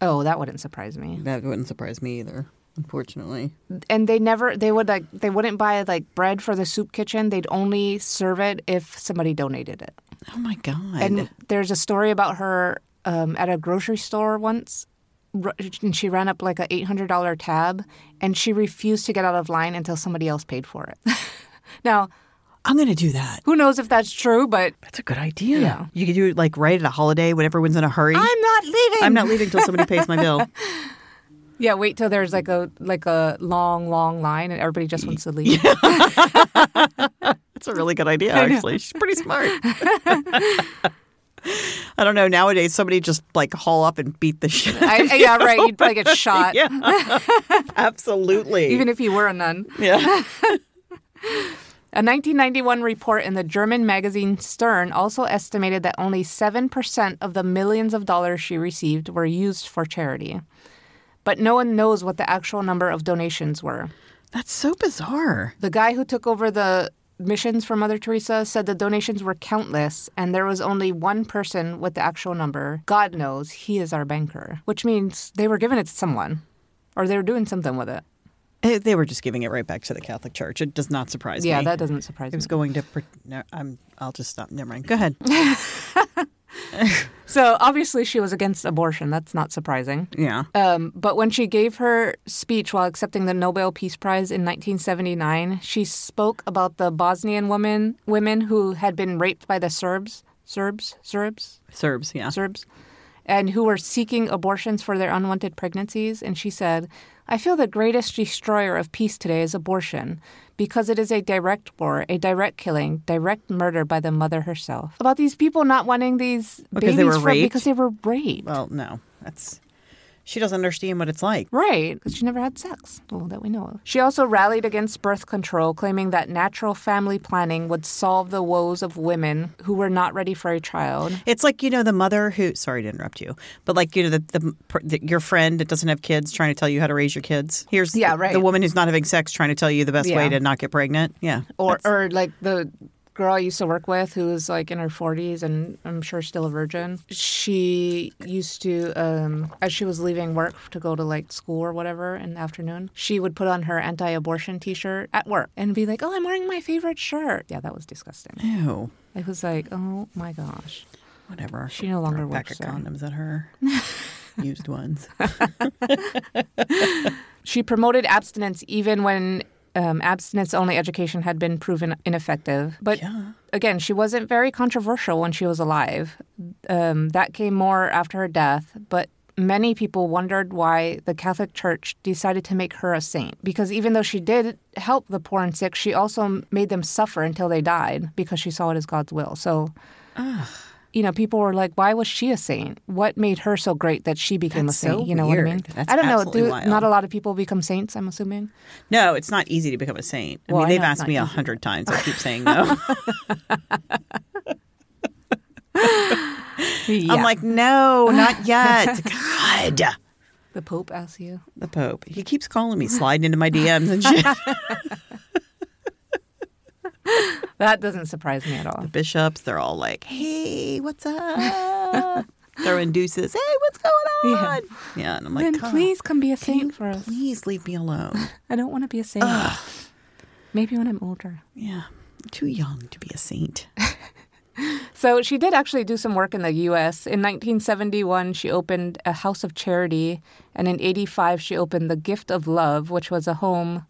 B: Oh, that wouldn't surprise me.
A: That wouldn't surprise me either, unfortunately.
B: and they never they would like they wouldn't buy like bread for the soup kitchen they'd only serve it if somebody donated it
A: Oh my god.
B: and there's a story about her um, at a grocery store once r- and she ran up like a $800 tab and she refused to get out of line until somebody else paid for it now
A: I'm gonna do that.
B: who knows if that's true but
A: That's a good idea.
B: Yeah.
A: You could do it like right at a holiday when everyone's in a hurry.
B: i'm not leaving
A: I'm not leaving till somebody pays my bill.
B: yeah wait till there's like a like a long long line and everybody just wants to leave
A: That's a really good idea, actually. She's pretty smart. I don't know. Nowadays, somebody just like haul up and beat the shit.
B: I, I- yeah right you'd probably get shot
A: yeah, absolutely.
B: even if you were a nun
A: yeah.
B: A 1991 report in the German magazine Stern also estimated that only 7% of the millions of dollars she received were used for charity. But no one knows what the actual number of donations were.
A: That's so bizarre.
B: The guy who took over the missions from Mother Teresa said the donations were countless and there was only one person with the actual number. God knows he is our banker, which means they were giving it to someone or they were doing something with it.
A: Eh, They were just giving it right back to the Catholic Church. It does not surprise
B: Yeah,
A: me.
B: that doesn't surprise
A: it
B: me.
A: was going to. Pre- no, I'm. I'll just stop. Never mind. Go ahead.
B: So obviously she was against abortion. That's not surprising.
A: Yeah.
B: Um, but when she gave her speech while accepting the Nobel Peace Prize in 1979, she spoke about the Bosnian woman women who had been raped by the Serbs, Serbs, Serbs,
A: Serbs. Yeah.
B: Serbs, and who were seeking abortions for their unwanted pregnancies. And she said, "I feel the greatest destroyer of peace today is abortion, because it is a direct war, a direct killing, direct murder by the mother herself." About these people not wanting these
A: Because
B: babies
A: Oh, they were
B: for-
A: raped?
B: because they were raped.
A: Well, no. That's. She doesn't understand what it's like.
B: Right, because she never had sex. Well, that we know of. She also rallied against birth control, claiming that natural family planning would solve the woes of women who were not ready for a child.
A: It's like you know the mother who. Sorry to interrupt you, but like you know the, the, the your friend that doesn't have kids trying to tell you how to raise your kids. Here's
B: Yeah,
A: the,
B: right.
A: the woman who's not having sex trying to tell you the best way
B: Yeah.
A: to not get pregnant. Yeah,
B: Or,
A: That's-
B: or like the girl I used to work with who was like in her 40s and I'm sure still a virgin. She used to, um, as she was leaving work to go to like school or whatever in the afternoon, she would put on her anti abortion t shirt at work and be like, oh, I'm wearing my favorite shirt. Yeah, that was disgusting.
A: ew,
B: It was like, oh my gosh.
A: whatever.
B: She no longer
A: Throw a pack
B: works
A: of
B: there.
A: condoms at her. Used ones.
B: She promoted abstinence even when um, abstinence only education had been proven ineffective. But
A: Yeah.
B: again, she wasn't very controversial when she was alive. Um, that came more after her death. But many people wondered why the Catholic Church decided to make her a saint. Because even though she did help the poor and sick, she also made them suffer until they died because she saw it as God's will. So. You know, people were like, "Why was she a saint? What made her so great that she became
A: That's
B: a saint?"
A: so
B: you know what I mean?
A: weird. That's
B: I don't know.
A: absolutely
B: Do,
A: wild.
B: not a lot of people become saints. I'm assuming.
A: No, it's not easy to become a saint. I
B: Well,
A: mean,
B: I
A: they've
B: know it's not
A: asked me a
B: easy.
A: hundred times. I keep saying no.
B: Yeah.
A: I'm like, no, not yet. God.
B: the Pope asks you.
A: The Pope. He keeps calling me, sliding into my DMs and shit.
B: That doesn't surprise me at all.
A: bishops, they're all like, "Hey, what's up?" Throwing deuces. Hey, what's going
B: Yeah.
A: on? Yeah, and I'm like,
B: Then
A: "God,
B: please come be a
A: can you
B: saint for us.
A: Please leave me alone.
B: I don't want to be a saint. Maybe when I'm older.
A: yeah, I'm too young to be a saint.
B: So she did actually do some work in the U.S. In 1971, she opened a house of charity, and in 85, she opened the Gift of Love, which was a home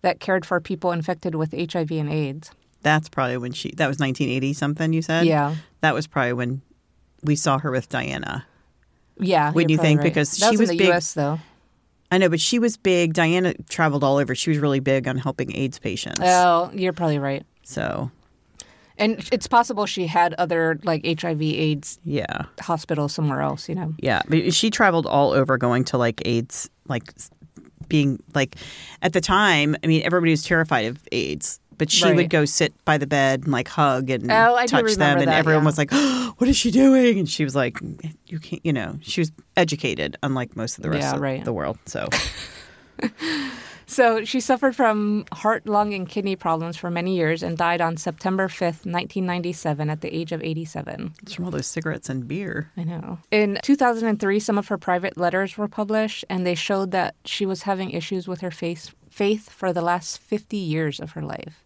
B: that cared for people infected with HIV and AIDS.
A: That's probably when she. That was 1980 something. You said.
B: Yeah.
A: That was probably when we saw her with Diana.
B: Yeah,
A: Wouldn't
B: you're
A: you
B: probably
A: think?
B: right.
A: Because
B: That
A: she
B: was,
A: was
B: in the
A: big-
B: U.S. though.
A: I know, but she was big. Diana traveled all over. She was really big on helping AIDS patients.
B: Oh, you're probably right.
A: So
B: And it's possible she had other like HIV/AIDS
A: yeah,
B: hospital somewhere else, you know.
A: Yeah, but she traveled all over, going to like AIDS, like s- being like at the time. I mean, everybody was terrified of AIDS, But she
B: Right.
A: would go sit by the bed and like hug and
B: Oh, I
A: touch
B: do
A: them,
B: remember
A: and
B: that,
A: everyone
B: yeah.
A: was like, "Oh, "What is she doing?" And she was like, "You can't," you know. She was educated, unlike most of the rest
B: Yeah,
A: of
B: right.
A: the world. So
B: So she suffered from heart, lung, and kidney problems for many years and died on September 5th, 1997, at the age of 87.
A: it's from all those cigarettes and beer.
B: I know. In 2003, some of her private letters were published, and they showed that she was having issues with her faith, faith for the last 50 years of her life.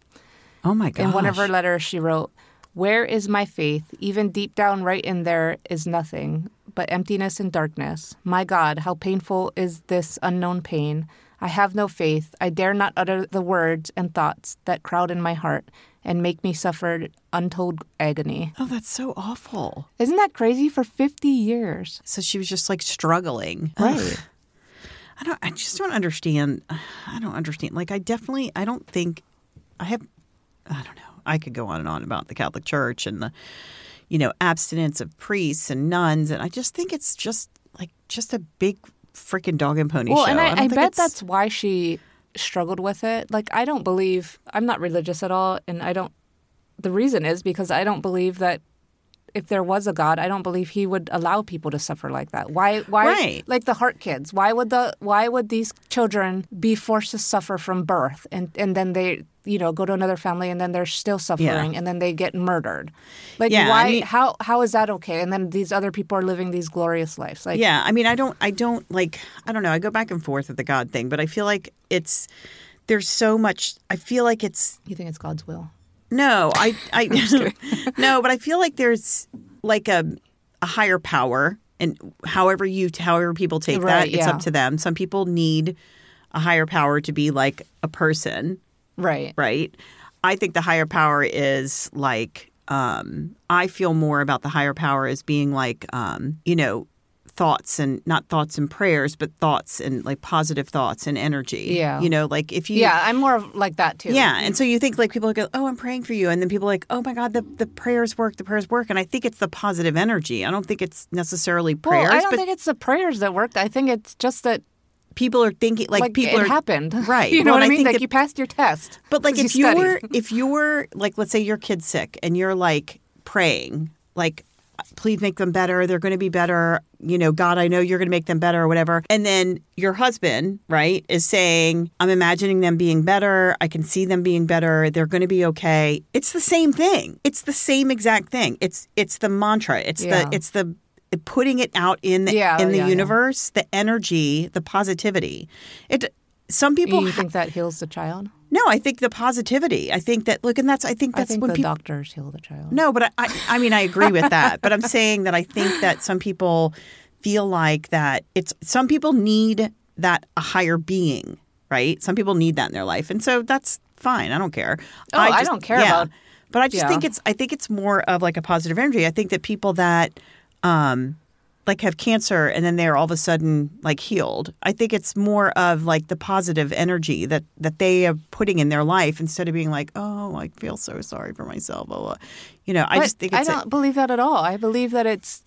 A: Oh my god!
B: In one of her letters, she wrote, Where is my faith? Even deep down, right in there, is nothing but emptiness and darkness. My God, how painful is this unknown pain. I have no faith. I dare not utter the words and thoughts that crowd in my heart and make me suffer untold agony.
A: oh, that's so awful.
B: Isn't that crazy? For 50 years.
A: So she was just like struggling.
B: Right.
A: I don't. I just don't understand. I don't understand. Like I definitely. I don't think. I have. I don't know. I could go on and on about the Catholic Church and the, you know, abstinence of priests and nuns, and I just think it's just like just a big freaking dog and pony
B: well,
A: show.
B: and
A: don't
B: I, I
A: think
B: bet
A: it's-
B: that's why she struggled with it. Like, I don't believe, I'm not religious at all. And I don't, the reason is because I don't believe that if there was a God, I don't believe he would allow people to suffer like that. Why, why,
A: Right.
B: like the heart kids, why would the, why would these children be forced to suffer from birth and, and then they, you know, go to another family and then they're still suffering and then they get murdered. Like
A: Yeah, I
B: why,
A: mean-
B: how, how is that okay? And then these other people are living these glorious lives. Like,
A: yeah i mean i don't i don't like i don't know i go back and forth with the god thing but i feel like it's there's so much i feel like it's
B: you think it's God's will?
A: no i i no but i feel like there's like a a higher power and however you however people take that
B: Right,
A: it's
B: yeah.
A: up to them some people need a higher power to be like a person
B: Right.
A: right? I think the higher power is like um, I feel more about the higher power as being like um, you know thoughts and not thoughts and prayers, but thoughts and like positive thoughts and energy.
B: Yeah.
A: you know, like if you
B: Yeah, I'm more of like that too.
A: Yeah, and so you think like people go, "Oh, I'm praying for you," and then people are like, "Oh my God, the the prayers work, the prayers work." And I think it's the positive energy. I don't think it's necessarily
B: Well,
A: prayers,
B: I don't
A: but
B: think it's the prayers that worked. I think it's just that
A: people are thinking like,
B: like,
A: people
B: it
A: are
B: happened.
A: Right.
B: you know
A: Well, and
B: what I
A: I
B: mean?
A: think
B: Like
A: that-
B: you passed your test.
A: But like
B: 'cause
A: if
B: you
A: you
B: studied.
A: were if you were like let's say your kid's sick and you're like praying, like please make them better, they're gonna be better, you know, God, I know you're gonna make them better or whatever. And then your husband, right, is saying, I'm imagining them being better, I can see them being better, they're gonna be okay. It's the same thing. It's the same exact thing. It's it's the mantra. It's
B: Yeah.
A: the it's the putting it out in the
B: Yeah, Oh,
A: in the
B: yeah, yeah.
A: universe, the energy, the positivity. It some people
B: you think that heals the child?
A: no, I think the positivity. I think that look, and that's I think
B: I
A: that's
B: think
A: when
B: the
A: people.
B: doctors heal the child.
A: No, but I, I, I mean, I agree with that. But I'm saying that I think that some people feel like that it's some people need that a higher being, right? Some people need that in their life, and so that's fine. I don't care.
B: Oh, I don't care about-
A: But I just
B: Yeah.
A: think it's I think it's more of like a positive energy. I think that people that um like have cancer and then they're all of a sudden like healed. I think it's more of like the positive energy that that they are putting in their life instead of being like, oh, I feel so sorry for myself. Blah, blah. You know, I
B: But
A: just think it's a-
B: don't believe that at all. I believe that it's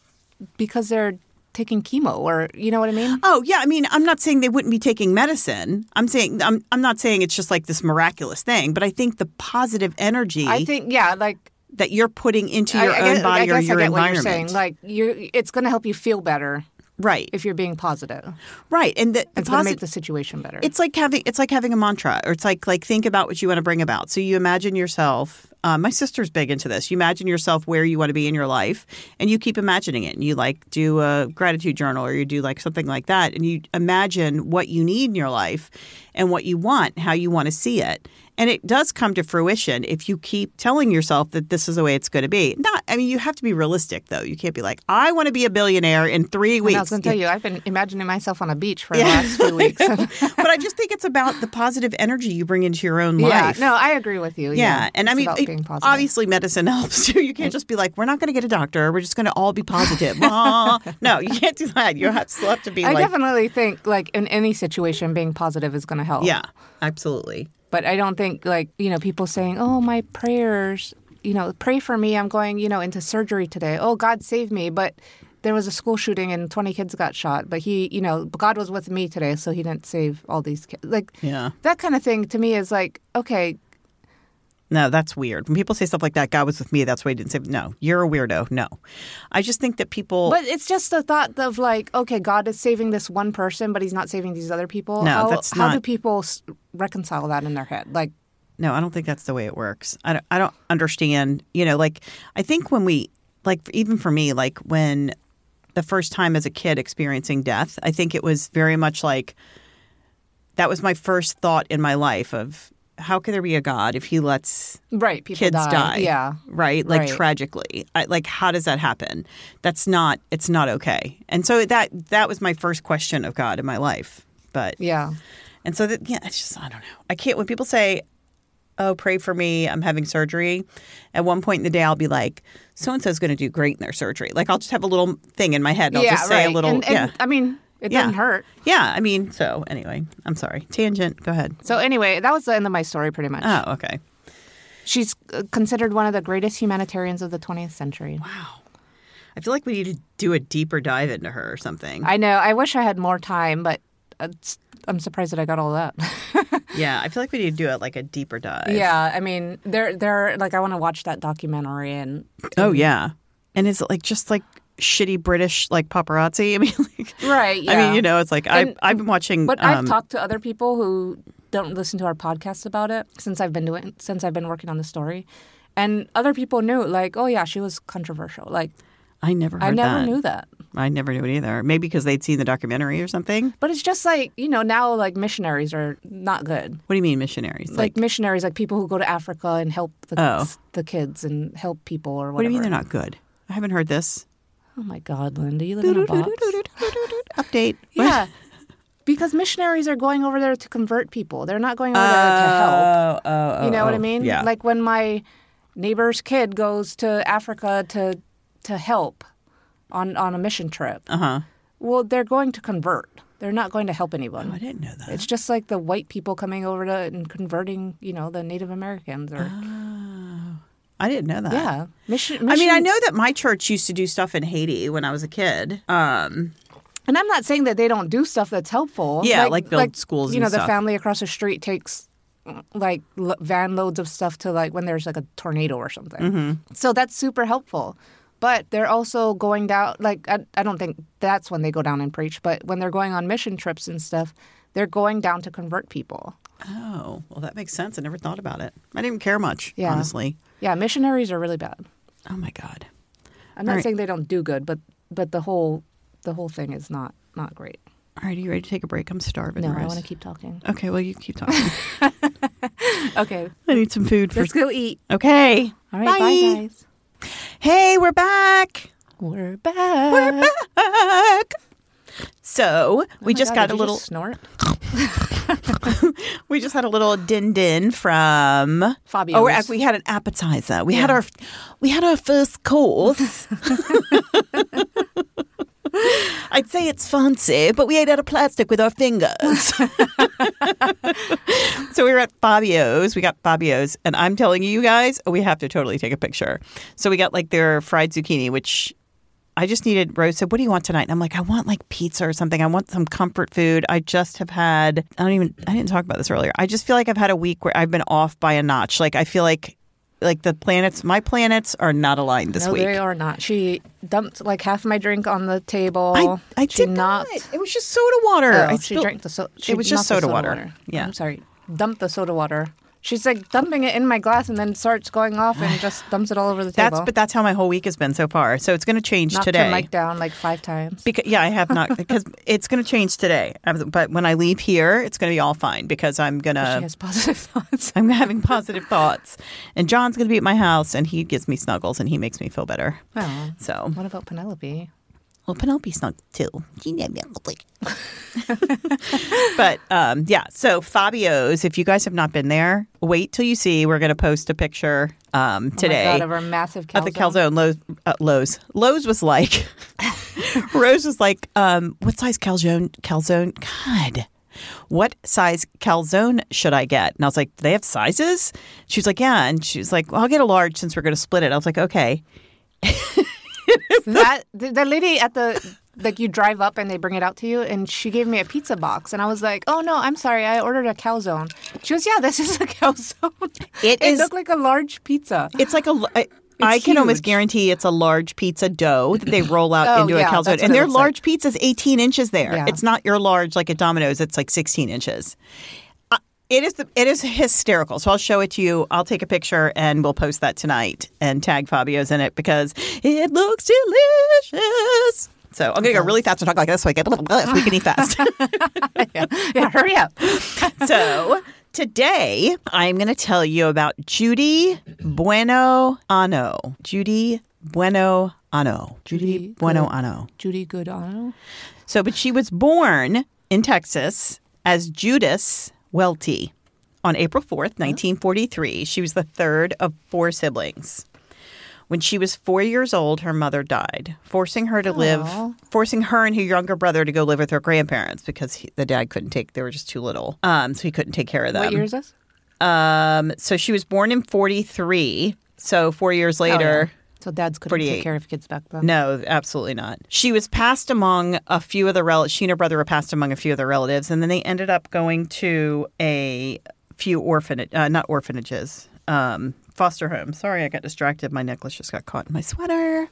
B: because they're taking chemo, or you know what I mean?
A: Oh yeah, I mean, I'm not saying they wouldn't be taking medicine. I'm saying I'm I'm not saying it's just like this miraculous thing, but I think the positive energy
B: I think yeah, like
A: that you're putting into your
B: I, I
A: own
B: guess,
A: body
B: I guess
A: or your
B: I get what
A: environment,
B: you're saying. Like you, it's going to help you feel better
A: right,
B: if you're being positive.
A: right, and the, the
B: It's going to
A: positive
B: make the situation better.
A: it's like having it's like having a mantra or it's like like think about what you want to bring about so you imagine yourself uh, my sister's big into this you imagine yourself where you want to be in your life and you keep imagining it and you like do a gratitude journal or you do like something like that and you imagine what you need in your life and what you want how you want to see it and it does come to fruition if you keep telling yourself that this is the way it's going to be not i mean you have to be realistic though you can't be like i want to be a billionaire in three weeks
B: And I was going to tell you, I've been imagining myself on a beach for the last few weeks.
A: but I just think it's about the positive energy you bring into your own
B: Yeah,
A: life.
B: no, I agree with you.
A: Yeah, and I
B: it's
A: mean,
B: about
A: it-
B: being positive.
A: obviously, medicine helps too. You can't just be like, "We're not going to get a doctor. We're just going to all be positive." Ah. no, you can't do that. You have, still have to be
B: I
A: like,
B: definitely think like in any situation, being positive is going to help.
A: "Yeah, absolutely."
B: but I don't think like you know people saying, "Oh, my prayers," you know, pray for me. I'm going, you know, into surgery today. Oh, God save me, but. There was a school shooting and 20 kids got shot, but he, you know, God was with me today, so he didn't save all these kids. Like,
A: Yeah.
B: that kind of thing to me is like, okay,
A: No, that's weird. When people say stuff like that, God was with me. That's why he didn't say. No, you're a weirdo. No, I just think that people.
B: But it's just the thought of like, okay, God is saving this one person, but He's not saving these other people.
A: No,
B: how,
A: that's
B: how
A: not-
B: do people s- reconcile that in their head? Like,
A: No, I don't think that's the way it works. I don't, I don't understand. You know, like I think when we like even for me, like when the first time as a kid experiencing death, I think it was very much like that was my first thought in my life of how could there be a God if He lets
B: right? People
A: kids die,
B: Yeah.
A: right like
B: Right.
A: tragically I, like how does that happen that's not it's not okay and so that that was my first question of god in my life but
B: Yeah.
A: and so that yeah it's just i don't know i can't when people say oh pray for me i'm having surgery at one point in the day i'll be like so and so's going to do great in their surgery like i'll just have a little thing in my head and i'll
B: yeah.
A: just say
B: right.
A: a little
B: And, and,
A: yeah
B: I mean, it
A: Yeah.
B: doesn't hurt.
A: yeah i mean so anyway i'm sorry tangent go ahead
B: So anyway, that was the end of my story, pretty much.
A: oh okay
B: She's uh, considered one of the greatest humanitarians of the 20th century.
A: wow i feel like we need to do a deeper dive into her or something
B: I know. I wish I had more time, but it's, I'm surprised that I got all that.
A: Yeah, I feel like we need to do it like a deeper dive.
B: yeah, I mean, there, there. Like, I want to watch that documentary, and
A: Oh yeah. And is it like just like shitty British like paparazzi? I mean, like,
B: right.
A: I mean, you know, it's like I
B: And-
A: I've been watching.
B: But
A: um,
B: I've talked to other people who don't listen to our podcast about it since I've been doing since I've been working on the story, and other people knew like, oh yeah, she was controversial. Like,
A: I never. Heard
B: I never
A: that.
B: knew that.
A: I never knew it either. Maybe because they'd seen the documentary or something.
B: But it's just like you know now like missionaries are not good.
A: What do you mean missionaries?
B: Like, missionaries, like people who go to Africa and help the,
A: Oh.
B: the kids and help people or whatever.
A: what do you mean they're not good? I haven't heard this.
B: Oh my God, Linda, you live in a box.
A: Update.
B: Yeah. Because missionaries are going over there to convert people. They're not going over there to help.
A: Oh, oh, oh.
B: You know what
A: oh,
B: I mean?
A: Yeah.
B: Like when my neighbor's kid goes to Africa to to help on on a mission trip.
A: Uh huh.
B: Well, they're going to convert. They're not going to help anyone.
A: Oh, I didn't know that.
B: It's just like the white people coming over to and converting, you know, the Native Americans or
A: I didn't know that.
B: yeah, mission,
A: Ah. I mean, I
B: mission-
A: know that my church used to do stuff in Haiti when I was a kid. Um,
B: and I'm not saying that they don't do stuff that's helpful.
A: Yeah, like build schools
B: You
A: and
B: know,
A: stuff.
B: the family across the street takes mm, like lo- van loads of stuff to like when there's like a tornado or something.
A: Mm-hmm.
B: So that's super helpful. But they're also going down. Like I, I don't think that's when they go down and preach, but when they're going on mission trips and stuff, they're going down to convert people.
A: Oh, well, that makes sense. I never thought about it. I didn't care much,
B: Yeah.
A: honestly.
B: Yeah, missionaries are really bad.
A: Oh my god.
B: I'm not
A: All right.
B: saying they don't do good, but but the whole the whole thing is not not great.
A: All right, are you ready to take a break? I'm starving.
B: No, I
A: Rose.
B: want to keep talking.
A: Okay, well, you keep talking.
B: Okay,
A: I need some food for.
B: let's go eat.
A: Okay.
B: All right, bye guys.
A: Hey, we're back. Oh
B: We're back.
A: Back. So we
B: Oh my
A: just got
B: God, did
A: a
B: you
A: little.
B: just snort.
A: We just had a little din din from
B: Fabio's.
A: Oh, we're- we had an appetizer. We had our we had our first course. I'd say it's fancy, but we ate out of plastic with our fingers. so we were at Fabio's. We got Fabio's, and I'm telling you guys, we have to totally take a picture. So we got like their fried zucchini, which I just needed. Rose said, "What do you want tonight?" And I'm like, "I want like pizza or something. I want some comfort food. I just have had. I don't even. I didn't talk about this earlier. I just feel like I've had a week where I've been off by a notch. Like I feel like, like the planets. My planets are not aligned this
B: No,
A: week.
B: they are not. She dumped like half my drink on the table.
A: I, I
B: she
A: did
B: knocked.
A: not. It was just soda water.
B: Oh,
A: I
B: she
A: spilled-
B: drank the soda.
A: it was just soda, water. Yeah.
B: I'm sorry. Dumped the soda water. She's like dumping it in my glass and then starts going off and just dumps it all over the
A: That's
B: table.
A: but that's how my whole week has been so far. So it's going to change
B: knocked
A: today.
B: her mic down like five times.
A: Because yeah, I have not because it's going to change today. Um, But when I leave here, it's going to be all fine because I'm going
B: she
A: to
B: has positive thoughts.
A: I'm having positive thoughts. And John's going to be at my house and he gives me snuggles and he makes me feel better.
B: Well,
A: So,
B: what about Penelope?
A: well, Penelope snuggled too. She did me a little bit. but um, yeah, so Fabio's, if you guys have not been there, wait till you see. We're going to post a picture um, today
B: Oh my God, of her massive calzone.
A: at the calzone Lowe's. Uh, Lowe's. Lowe's was like, Rose was like, um, what size calzone? Calzone? God. What size calzone should I get? And I was like, they have sizes? She was like, yeah. And she was like, well, I'll get a large since we're going to split it. I was like, okay.
B: that the, the lady at the like you drive up and they bring it out to you and she gave me a pizza box and I was like, "Oh no, I'm sorry. I ordered a calzone." She goes, "Yeah, this is a calzone."
A: It
B: It,
A: is-
B: looked like a large pizza.
A: It's like a. l- I I can almost
B: huge.
A: guarantee it's a large pizza dough that they roll out
B: Oh,
A: into
B: yeah,
A: a calzone,
B: that's what
A: and
B: it
A: their
B: looks like.
A: large pizza's eighteen inches there.
B: Yeah.
A: It's not your large like at Domino's; it's like sixteen inches. Uh, It is the, it is hysterical. So I'll show it to you. I'll take a picture and we'll post that tonight and tag Fabio's in it because it looks delicious. So I'm gonna go really fast and talk like this so I get so we can eat fast.
B: yeah. yeah, hurry up.
A: so today I'm going to tell you about Judy Bueno Ano. Judy Bueno Ano. Judy
B: Judy
A: Bueno
B: Good.
A: Ano.
B: Judy Goodall.
A: So, but she was born in Texas as Judas Welty on April 4th, 1943. She was the third of four siblings. When she was four years old, her mother died, forcing her to
B: Aw.
A: live, forcing her and her younger brother to go live with her grandparents because he, the dad couldn't take, they were just too little. Um, so he couldn't take care of them.
B: What year is this?
A: Um, so she was born in 43. So four years
B: Oh, yeah.
A: later.
B: So dads couldn't
A: 48.
B: take care of kids back then.
A: No, absolutely not. She was passed among a few of the relatives. She and her brother were passed among a few of the relatives, and then they ended up going to a few orphanage, uh, not orphanages, um, foster homes. Sorry, I got distracted. My necklace just got caught in my sweater.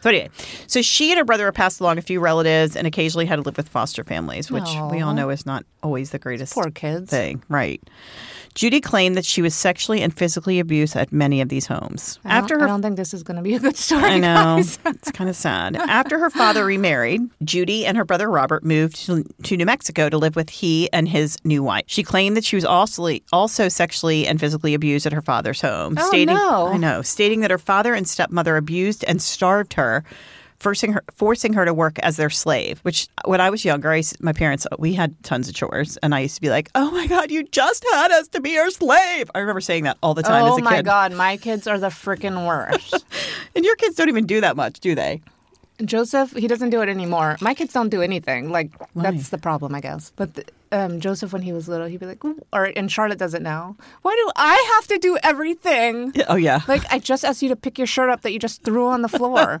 A: So anyway, so she and her brother were passed along a few relatives, and occasionally had to live with foster families, which we all
B: Aw.
A: know is not always the greatest
B: Poor kids.
A: thing, right? Judy claimed that she was sexually and physically abused at many of these homes.
B: I don't- I don't think this is going to be a good story.
A: I know.
B: guys.
A: it's kind of sad. After her father remarried, Judy and her brother Robert moved to, to New Mexico to live with he and his new wife. She claimed that she was also also sexually and physically abused at her father's home,
B: Oh,
A: stating
B: no.
A: I know, stating that her father and stepmother abused and starved her. Forcing her, forcing her to work as their slave. Which, when I was younger, I used- my parents we had tons of chores, and I used to be like, "Oh my God, you just had us to be your slave." I remember saying that all the time as
B: Oh
A: a
B: my
A: kid.
B: god, my kids are the freaking worst.
A: And your kids don't even do that much, do they?
B: Joseph, he doesn't do it anymore. My kids don't do anything. Like that's the problem, I guess. But th um, Joseph, when he was little, he'd be like, "Ooh," or and Charlotte does it now. Why do I have to do everything?
A: Yeah, Oh yeah.
B: Like I just asked you to pick your shirt up that you just threw on the floor.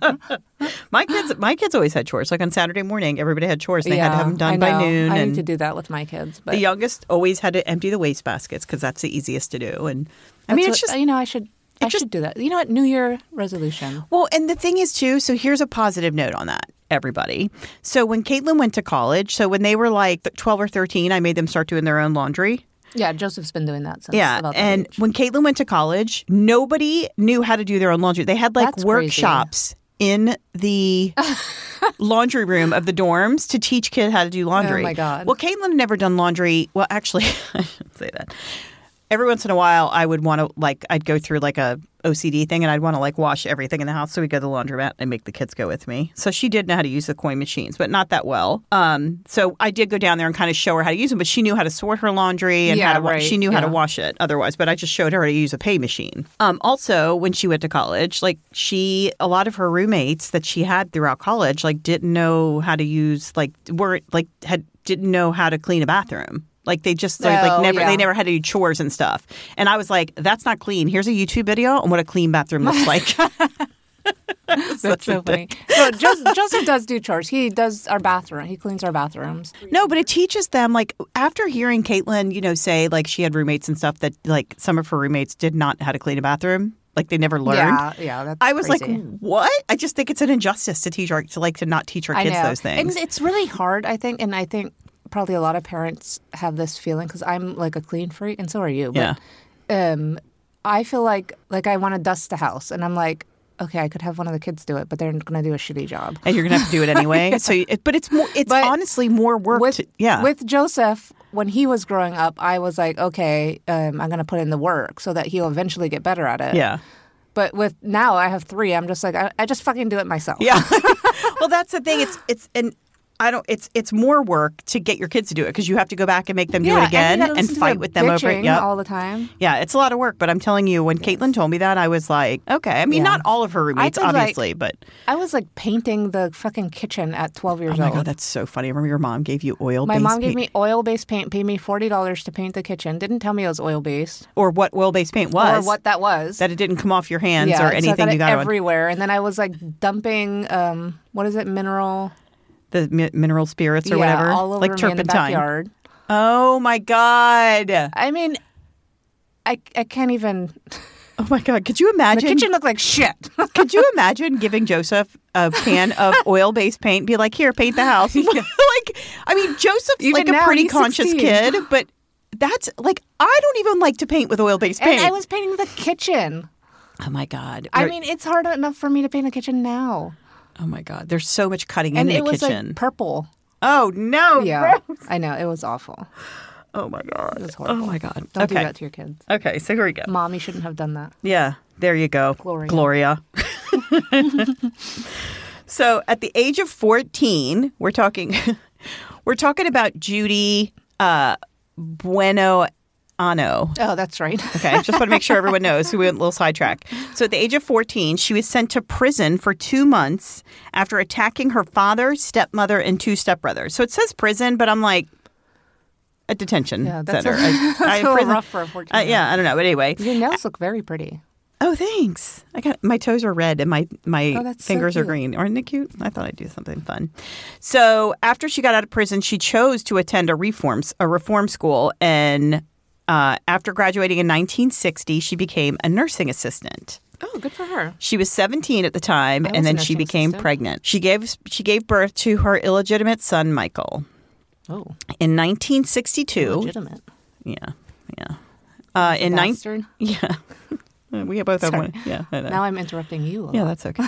A: My kids, my kids always had chores. Like on Saturday morning, everybody had chores. They had to have them done
B: I
A: by
B: know.
A: noon.
B: I
A: and
B: need to do that with my kids. But
A: the youngest always had to empty the waste baskets because that's the easiest to do. And I
B: that's
A: mean, it's
B: what-
A: just
B: you know, I should I should do that. You know what? New Year resolution.
A: Well, and the thing is, too, so here's a positive note on that, everybody. So when Caitlin went to college, so when they were like 12 or 13, I made them start doing their own laundry.
B: Yeah, Joseph's been doing that since.
A: Yeah.
B: about that
A: And
B: age.
A: when Caitlin went to college, nobody knew how to do their own laundry. They had like
B: That's crazy.
A: workshops in the laundry room of the dorms to teach kids how to do laundry.
B: Oh, my God.
A: Well, Caitlin had never done laundry. Well, actually, I shouldn't say that. Every once in a while, I would want to like I'd go through like a OCD thing, and I'd want to like wash everything in the house. So we'd go to the laundromat and make the kids go with me. So she did know how to use the coin machines, but not that well. Um, so I did go down there and kind of show her how to use them, but she knew how to sort her laundry and
B: Yeah,
A: how to wa-
B: right,
A: she knew how to
B: yeah.
A: wash it otherwise. But I just showed her how to use a pay machine. Um, also, when she went to college, like she a lot of her roommates that she had throughout college like didn't know how to use like weren't like had didn't know how to clean a bathroom. Like they just they, like
B: Oh,
A: never they
B: yeah.
A: never had to do chores and stuff. And I was like, that's not clean. Here's a YouTube video on what a clean bathroom looks like.
B: That's so funny. So Jos- Joseph does do chores. He does our bathroom. He cleans our bathrooms.
A: No, but it teaches them like after hearing Caitlin, you know, say like she had roommates and stuff that like some of her roommates did not know how to clean a bathroom. Like they never learned.
B: Yeah, yeah. That's
A: I was
B: crazy.
A: like, what? I just think it's an injustice to teach our to like to not teach our
B: I
A: kids
B: know.
A: those things.
B: And it's really hard, I think, and I think probably a lot of parents have this feeling because I'm like a clean freak, and so are you.
A: yeah.
B: But um, I feel like like I want to dust the house, and I'm like, okay, I could have one of the kids do it, but they're going to do a shitty job.
A: And you're gonna have to do it anyway. So, you- it, but it's more. It's
B: But
A: honestly more work.
B: with
A: to, yeah.
B: with Joseph when he was growing up, I was like, okay, um, I'm going to put in the work so that he'll eventually get better at it.
A: yeah.
B: But with now I have three, I'm just like I, I just fucking do it myself.
A: Yeah. well, that's the thing. It's it's and I don't. It's it's more work to get your kids to do it because you have to go back and make them do it again
B: and, you gotta
A: and,
B: listen to
A: fight
B: their
A: with them over it.
B: bitching
A: Yeah.
B: all the time.
A: yeah, it's a lot of work, but I'm telling you, when Caitlin told me that, I was like, okay. I mean,
B: Yeah.
A: not all of her roommates,
B: could, like-
A: obviously, but
B: I was like painting the fucking kitchen at 12 years
A: oh my
B: old.
A: god, that's so funny. I remember your mom gave you oil.
B: my mom gave me oil based paint, paid me $40 to paint the kitchen, didn't tell me it was oil based
A: or what oil based paint was
B: or what that was.
A: that it didn't come off your hands
B: yeah,
A: or
B: so I
A: anything
B: got
A: you
B: it
A: got on.
B: everywhere. And then I was like dumping, um, what is it, mineral
A: the mi- mineral spirits or
B: yeah,
A: whatever,
B: all over
A: like
B: me in the
A: turpentine.
B: backyard.
A: oh my god!
B: I mean, I, I can't even.
A: Oh my god! Could you
B: The
A: imagine?
B: kitchen looked like shit.
A: could you imagine giving Joseph a can of oil-based paint? Be like, here, paint the house. like, I mean, Joseph's
B: Even
A: like a
B: now,
A: pretty
B: he's
A: conscious
B: 16.
A: kid, but that's like I don't even like to paint with oil-based paint.
B: and I was painting the kitchen.
A: oh my god!
B: I
A: There-
B: mean, it's hard enough for me to paint a kitchen now.
A: oh my god! There's so much cutting
B: And
A: in
B: it
A: the
B: was
A: kitchen.
B: like purple.
A: oh no!
B: Yeah, I know. It was awful.
A: Oh my god!
B: was
A: Oh
B: horrible.
A: my god!
B: Don't
A: okay.
B: do that to your kids.
A: Okay. So here we go.
B: Mom, you shouldn't have done that.
A: Yeah, there you go.
B: Gloria.
A: Gloria. so at the age of 14, we're talking we're talking about Judy uh Bueno Ano.
B: Oh, that's right.
A: Okay, just want to make sure everyone knows. We went a little sidetrack. So at the age of 14, she was sent to prison for two months after attacking her father, stepmother, and two stepbrothers. So it says prison, but I'm like, a detention
B: Yeah, that's
A: center.
B: a-
A: I-
B: that's
A: I-
B: a little
A: prison-
B: rough for a 14
A: Uh, yeah, I don't know. But anyway,
B: Your nails look very pretty.
A: Oh, thanks. I got my toes are red and my my
B: Oh, that's so
A: fingers are
B: cute.
A: green. Aren't they cute? I thought I'd do something fun. So after she got out of prison, she chose to attend a reforms a reform school, and uh, after graduating in 1960, she became a nursing assistant.
B: Oh, good for her.
A: She was 17 at the time,
B: was
A: and then
B: a
A: she
B: nursing
A: became
B: assistant.
A: pregnant. She gave she gave birth to her illegitimate son, Michael,
B: Oh,
A: in 1962.
B: legitimate.
A: Yeah, yeah. Uh, in nine,
B: Bastard.
A: yeah. We both have
B: Sorry.
A: one. Yeah, I know.
B: Now I'm interrupting you.
A: Yeah, that's okay.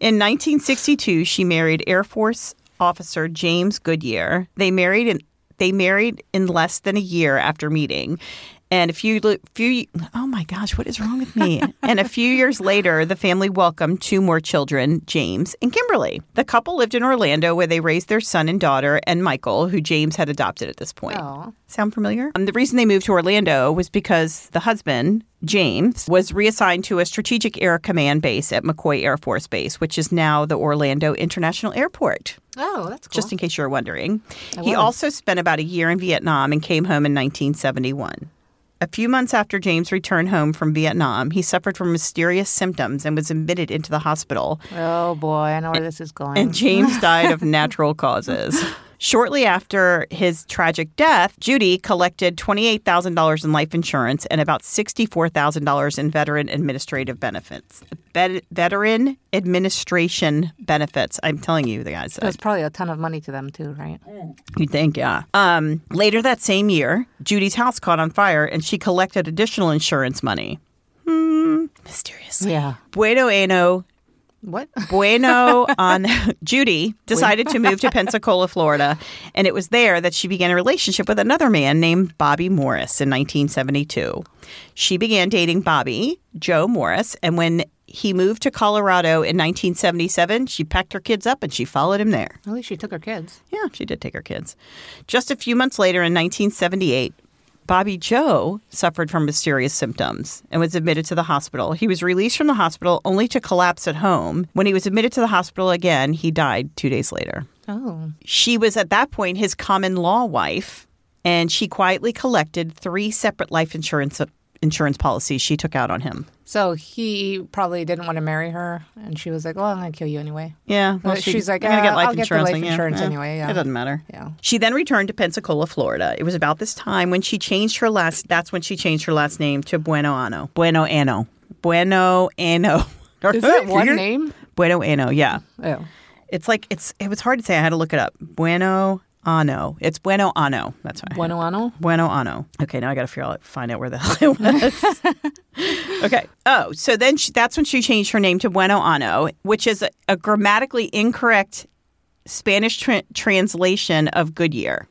A: in 1962, she married Air Force officer James Goodyear. They married in they married in less than a year after meeting. And a few lo- few oh my gosh, what is wrong with me? and a few years later, the family welcomed two more children, James and Kimberly. The couple lived in Orlando where they raised their son and daughter and Michael, who James had adopted at this point.
B: Oh,
A: Sound familiar? Um, the reason they moved to Orlando was because the husband, James, was reassigned to a Strategic Air Command base at McCoy Air Force Base, which is now the Orlando International Airport,
B: oh, that's cool.
A: just in case you're wondering.
B: I
A: He
B: was.
A: also spent about a year in Vietnam and came home in 1971. A few months after James returned home from Vietnam, he suffered from mysterious symptoms and was admitted into the hospital
B: oh boy, I know where this is going.
A: and James died of natural causes. Shortly after his tragic death, Judy collected $28,000 in life insurance and about $64,000 in veteran administrative benefits. Vet- veteran administration benefits. I'm telling you, the guys.
B: it was probably a ton of money to them too, right?
A: You'd think, yeah. Um, later that same year, Judy's house caught on fire and she collected additional insurance money. Hmm, mysterious.
B: Yeah.
A: Bueno Ano
B: What?
A: Bueno on Judy decided to move to Pensacola, Florida, and it was there that she began a relationship with another man named Bobby Morris in 1972. She began dating Bobby, Joe Morris, and when he moved to Colorado in 1977, she packed her kids up and she followed him there.
B: At least she took her kids.
A: Yeah, she did take her kids. Just a few months later in 1978, Bobby Joe suffered from mysterious symptoms and was admitted to the hospital. He was released from the hospital only to collapse at home. When he was admitted to the hospital again, he died two days later.
B: Oh,
A: She was at that point his common law wife, and she quietly collected three separate life insurance insurance policies she took out on him.
B: so he probably didn't want to marry her, and she was like, "Well, I'm gonna kill you anyway."
A: Yeah,
B: Uh, she's like,
A: I'm gonna
B: "Uh, I'll get the life insurance anyway, yeah."
A: it doesn't matter.
B: Yeah.
A: She then returned to Pensacola, Florida. It was about this time when she changed her last. That's when she changed her last name to Bueno Ano. Bueno Ano. Bueno Ano.
B: Is that one name?
A: Bueno Ano. Yeah.
B: Oh,
A: It's like it's. It was hard to say. I had to look it up. Bueno Ano. It's Bueno Ano. That's why.
B: Bueno Ano.
A: Bueno Ano. Okay, now I got to figure out find out where the hell it was. okay. Oh, so then she, that's when she changed her name to Bueno Ano, which is a, a grammatically incorrect Spanish tra- translation of Goodyear.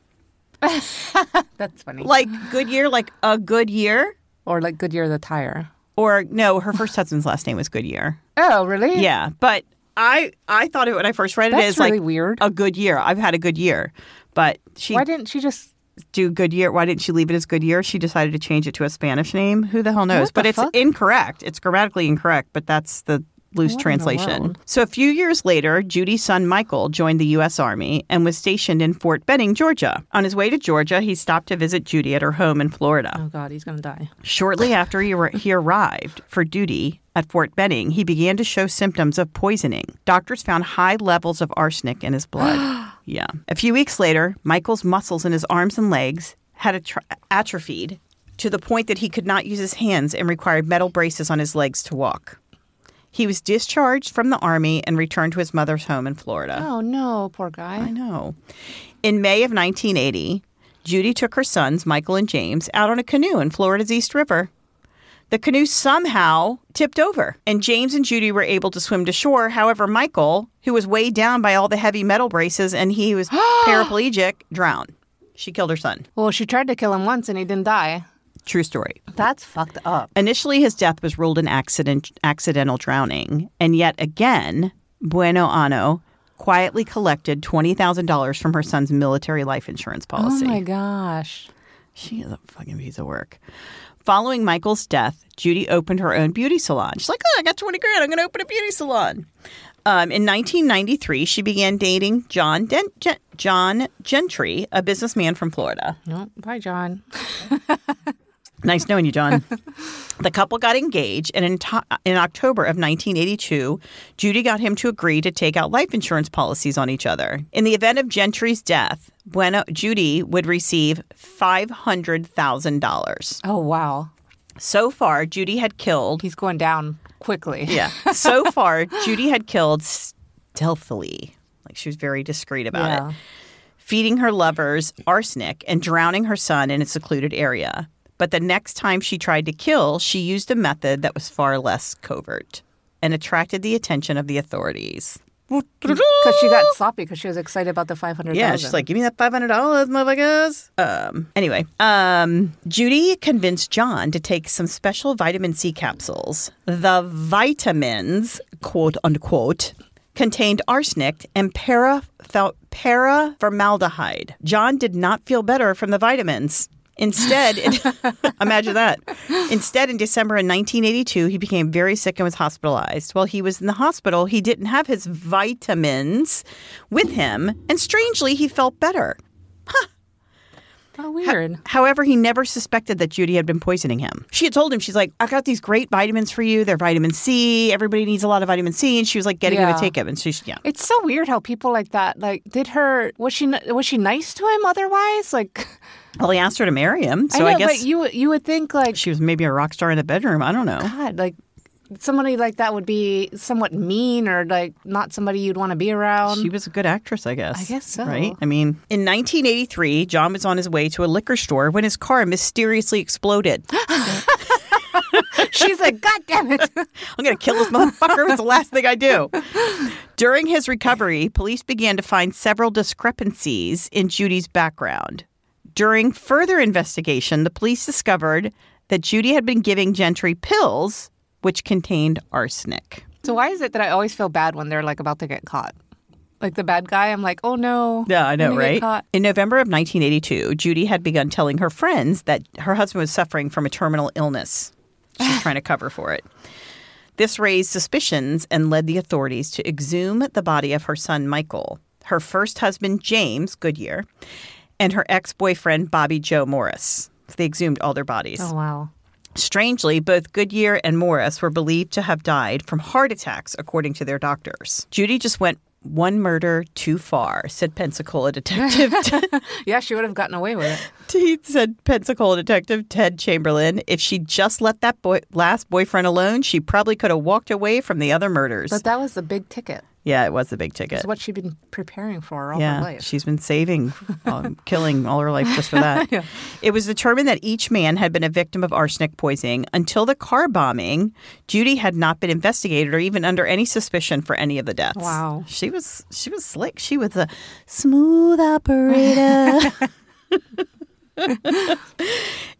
B: That's funny.
A: Like Goodyear, like a good year,
B: or like Goodyear the tire.
A: or no, her first husband's last name was Goodyear.
B: Oh, really?
A: Yeah, but I I thought it when I first read it
B: That's
A: as
B: really
A: like
B: weird.
A: a good year. I've had a good year, but she
B: Why didn't she just?
A: do Goodyear. Why didn't she leave it as Goodyear? She decided to change it to a Spanish name. Who the hell knows?
B: What the
A: but it's
B: fuck?
A: incorrect. It's grammatically incorrect, but that's the loose
B: What in the
A: translation.
B: world?
A: So a few years later, Judy's son Michael joined the U.S. Army and was stationed in Fort Benning, Georgia. On his way to Georgia, he stopped to visit Judy at her home in Florida.
B: Oh God, he's gonna die.
A: Shortly after he, ar- he arrived for duty at Fort Benning, he began to show symptoms of poisoning. Doctors found high levels of arsenic in his blood. Yeah. A few weeks later, Michael's muscles in his arms and legs had atro- atrophied to the point that he could not use his hands and required metal braces on his legs to walk. He was discharged from the army and returned to his mother's home in Florida.
B: Oh no, poor
A: I
B: guy.
A: know. In May of 1980, Judy took her sons, Michael and James, out on a canoe in Florida's East River. The canoe somehow tipped over, and James and Judy were able to swim to shore. However, Michael, who was weighed down by all the heavy metal braces and he was paraplegic, drowned. She killed her son.
B: Well, she tried to kill him once and he didn't die.
A: True story.
B: That's fucked up.
A: Initially, his death was ruled an accident, accidental drowning, and yet again, Bueno Ano quietly collected twenty thousand dollars from her son's military life insurance
B: Oh
A: policy.
B: my gosh.
A: She is a fucking piece of work. Following Michael's death, Judy opened her own beauty salon. She's like, oh, I got 20 grand. I'm going to open a beauty salon. Um, in 1993, she began dating John, Den- Gen- John Gentry, a businessman from Florida.
B: No, bye, John.
A: Nice knowing you, John. the couple got engaged, and in, to- in October of 1982, Judy got him to agree to take out life insurance policies on each other. In the event of Gentry's death, Bueno Judy would receive five hundred thousand dollars.
B: Oh wow,
A: So far, Judy had killed.
B: he's going down quickly.
A: Yeah. so far, Judy had killed stealthily. Like she was very discreet about
B: Yeah.
A: it. Feeding her lovers arsenic and drowning her son in a secluded area. But the next time she tried to kill, she used a method that was far less covert and attracted the attention of the authorities.
B: Because she got sloppy because she was excited about the five hundred.
A: Yeah, she's like, give me that five hundred dollars, motherfuckers. Um. Anyway, um, Judy convinced John to take some special vitamin C capsules. The vitamins, quote unquote, contained arsenic and para fel- paraformaldehyde. John did not feel better from the vitamins. Instead, imagine that. Instead, in December in 1982, he became very sick and was hospitalized. While he was in the hospital, he didn't have his vitamins with him, and strangely, he felt better.
B: oh weird.
A: However, he never suspected that Judy had been poisoning him. She had told him, she's like, I got these great vitamins for you. They're vitamin C. Everybody needs a lot of vitamin C. And she was like getting him
B: Yeah.
A: to take them. And she's, yeah.
B: It's so weird how people like that. Like, did her was she n- was she nice to him otherwise? Like,
A: Well, he asked her to marry him. So I,
B: know,
A: guess
B: but you would- you would think like
A: she was maybe a rock star in the bedroom. I don't know.
B: God, like somebody like that would be somewhat mean or like not somebody you'd want to be around.
A: She was a good actress, I guess.
B: Um, I guess so.
A: Right? I mean, in 1983, John was on his way to a liquor store when his car mysteriously exploded.
B: She's like, God damn it!
A: I'm going to kill this motherfucker. It's the last thing I do. During his recovery, police began to find several discrepancies in Judy's background. During further investigation, the police discovered that Judy had been giving Gentry pills which contained arsenic.
B: so why is it that I always feel bad when they're like about to get caught? Like the bad guy, I'm like, oh no.
A: Yeah, I
B: I'm
A: know,
B: gonna get
A: right?
B: caught.
A: In November of 1982, Judy had begun telling her friends that her husband was suffering from a terminal illness. She's trying to cover for it. This raised suspicions and led the authorities to exhume the body of her son, Michael, her first husband, James Goodyear, and her ex boyfriend, Bobby Joe Morris. So they exhumed all their bodies.
B: Oh wow.
A: Strangely, both Goodyear and Morris were believed to have died from heart attacks, according to their doctors. Judy just went one murder too far, said Pensacola detective.
B: Yeah, she would have gotten away with it.
A: he said Pensacola detective Ted Chamberlain. If she just let that boy- last boyfriend alone, she probably could have walked away from the other murders.
B: But that was the big ticket.
A: yeah, it was the big ticket.
B: It's what she'd been preparing for all
A: yeah,
B: her life.
A: she's been saving, um, killing all her life just for that. It was determined that each man had been a victim of arsenic poisoning until the car bombing. Judy had not been investigated or even under any suspicion for any of the deaths.
B: Wow.
A: she was she was slick. She was a smooth operator.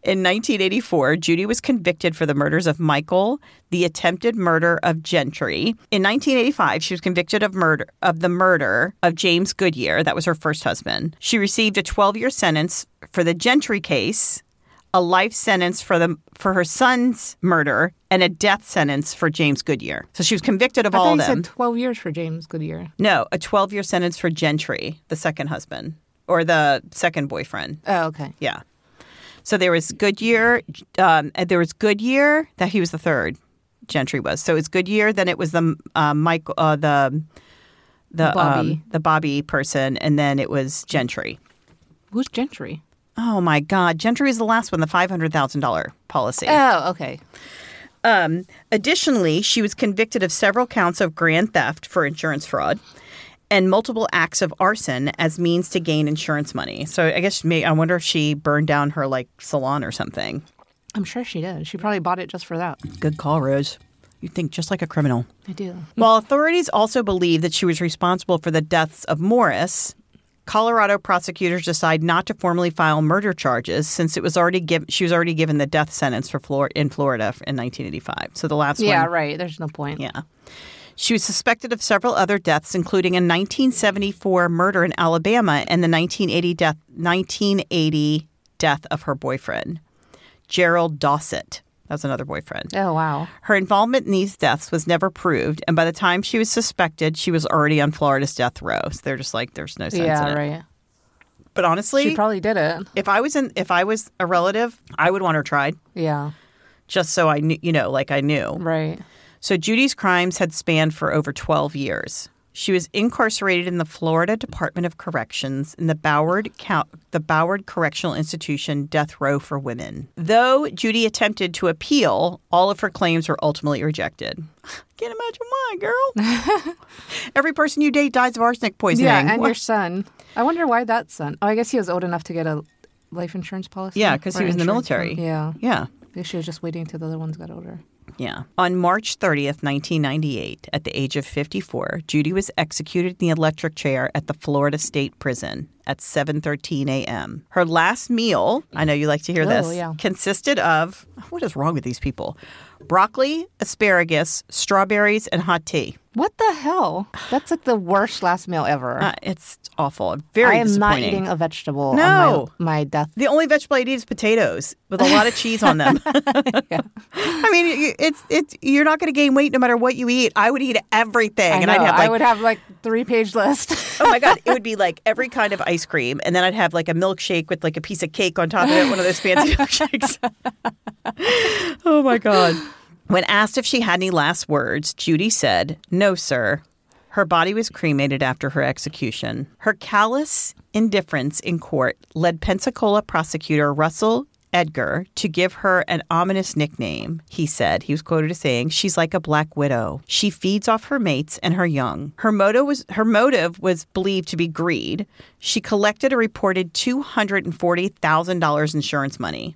A: In 1984, Judy was convicted for the murders of Michael, the attempted murder of Gentry. In 1985, she was convicted of murder of the murder of James Goodyear, that was her first husband. She received a 12-year sentence for the Gentry case, a life sentence for the for her son's murder, and a death sentence for James Goodyear. So she was convicted of
B: I thought
A: all
B: you
A: them.
B: said 12 years for James Goodyear.
A: no, a 12-year sentence for Gentry, the second husband or the second boyfriend.
B: Oh, okay.
A: Yeah. So there was Goodyear. Um, and there was Goodyear that he was uh, the third. Gentry was. So it's Goodyear. Then it was the um, Michael, uh, the the
B: Bobby.
A: Um, the Bobby person, and then it was Gentry.
B: Who's Gentry?
A: Oh my God, Gentry is the last one, the five hundred thousand dollar policy.
B: Oh, okay.
A: Um, additionally, she was convicted of several counts of grand theft for insurance fraud and multiple acts of arson as means to gain insurance money. So I guess may, I wonder if she burned down her like salon or something.
B: I'm sure she did. She probably bought it just for that.
A: Good call, Rose. You think just like a criminal.
B: I do.
A: While authorities also believe that she was responsible for the deaths of Morris, Colorado prosecutors decide not to formally file murder charges since it was already giv she was already given the death sentence for Flor- in Florida in 1985. So the last
B: Yeah,
A: one
B: right. There's no point.
A: yeah. She was suspected of several other deaths, including a 1974 murder in Alabama and the 1980 death, 1980 death of her boyfriend, Gerald Dossett. That was another boyfriend.
B: Oh wow.
A: Her involvement in these deaths was never proved, and by the time she was suspected, she was already on Florida's death row. So they're just like, there's no sense in
B: Yeah,
A: it.
B: right.
A: But honestly,
B: She probably did it.
A: if I was in, if I was a relative, I would want her tried,
B: Yeah.
A: just so I knew, you know, like I knew.
B: Right.
A: So Judy's crimes had spanned for over 12 years. She was incarcerated in the Florida Department of Corrections in the Broward, Cou- the Broward Correctional Institution death row for women. Though Judy attempted to appeal, all of her claims were ultimately rejected. Can't imagine why, girl. Every person you date dies of arsenic poisoning.
B: Yeah, and
A: What-
B: your son. I wonder why that son. Oh, I guess he was old enough to get a life insurance policy.
A: Yeah, 'cause he
B: or
A: was in the
B: insurance
A: military.
B: plan. Yeah.
A: yeah.
B: I guess she was just waiting till the other ones got older.
A: Yeah. On March 30th, 1998, at the age of 54, Judy was executed in the electric chair at the Florida State Prison at 7:13 a.m. Her last meal, I know you like to hear this,
B: Oh, yeah.
A: consisted of what is wrong with these people? Broccoli, asparagus, strawberries, and hot tea.
B: What the hell? That's like the worst last meal ever.
A: Uh, it's awful. Very
B: I am not
A: disappointing.
B: eating a vegetable
A: No.
B: on my, my death.
A: the only vegetable I eat is potatoes with a lot of cheese on them. I mean, you- it's it's you're not going to gain weight no matter what you eat. I would eat everything, and
B: I,
A: I'd
B: know,
A: have like
B: I would have like three page list.
A: Oh my god, it would be like every kind of ice cream, and then I'd have like a milkshake with like a piece of cake on top of it, one of those fancy milkshakes. oh my god. When asked if she had any last words, Judy said, "No, sir." Her body was cremated after her execution. Her callous indifference in court led Pensacola prosecutor Russell Edgar to give her an ominous nickname. He said, he was quoted as saying, "She's like a black widow. She feeds off her mates and her young. Her motive was her motive was believed to be greed. She collected a reported $240,000 insurance money."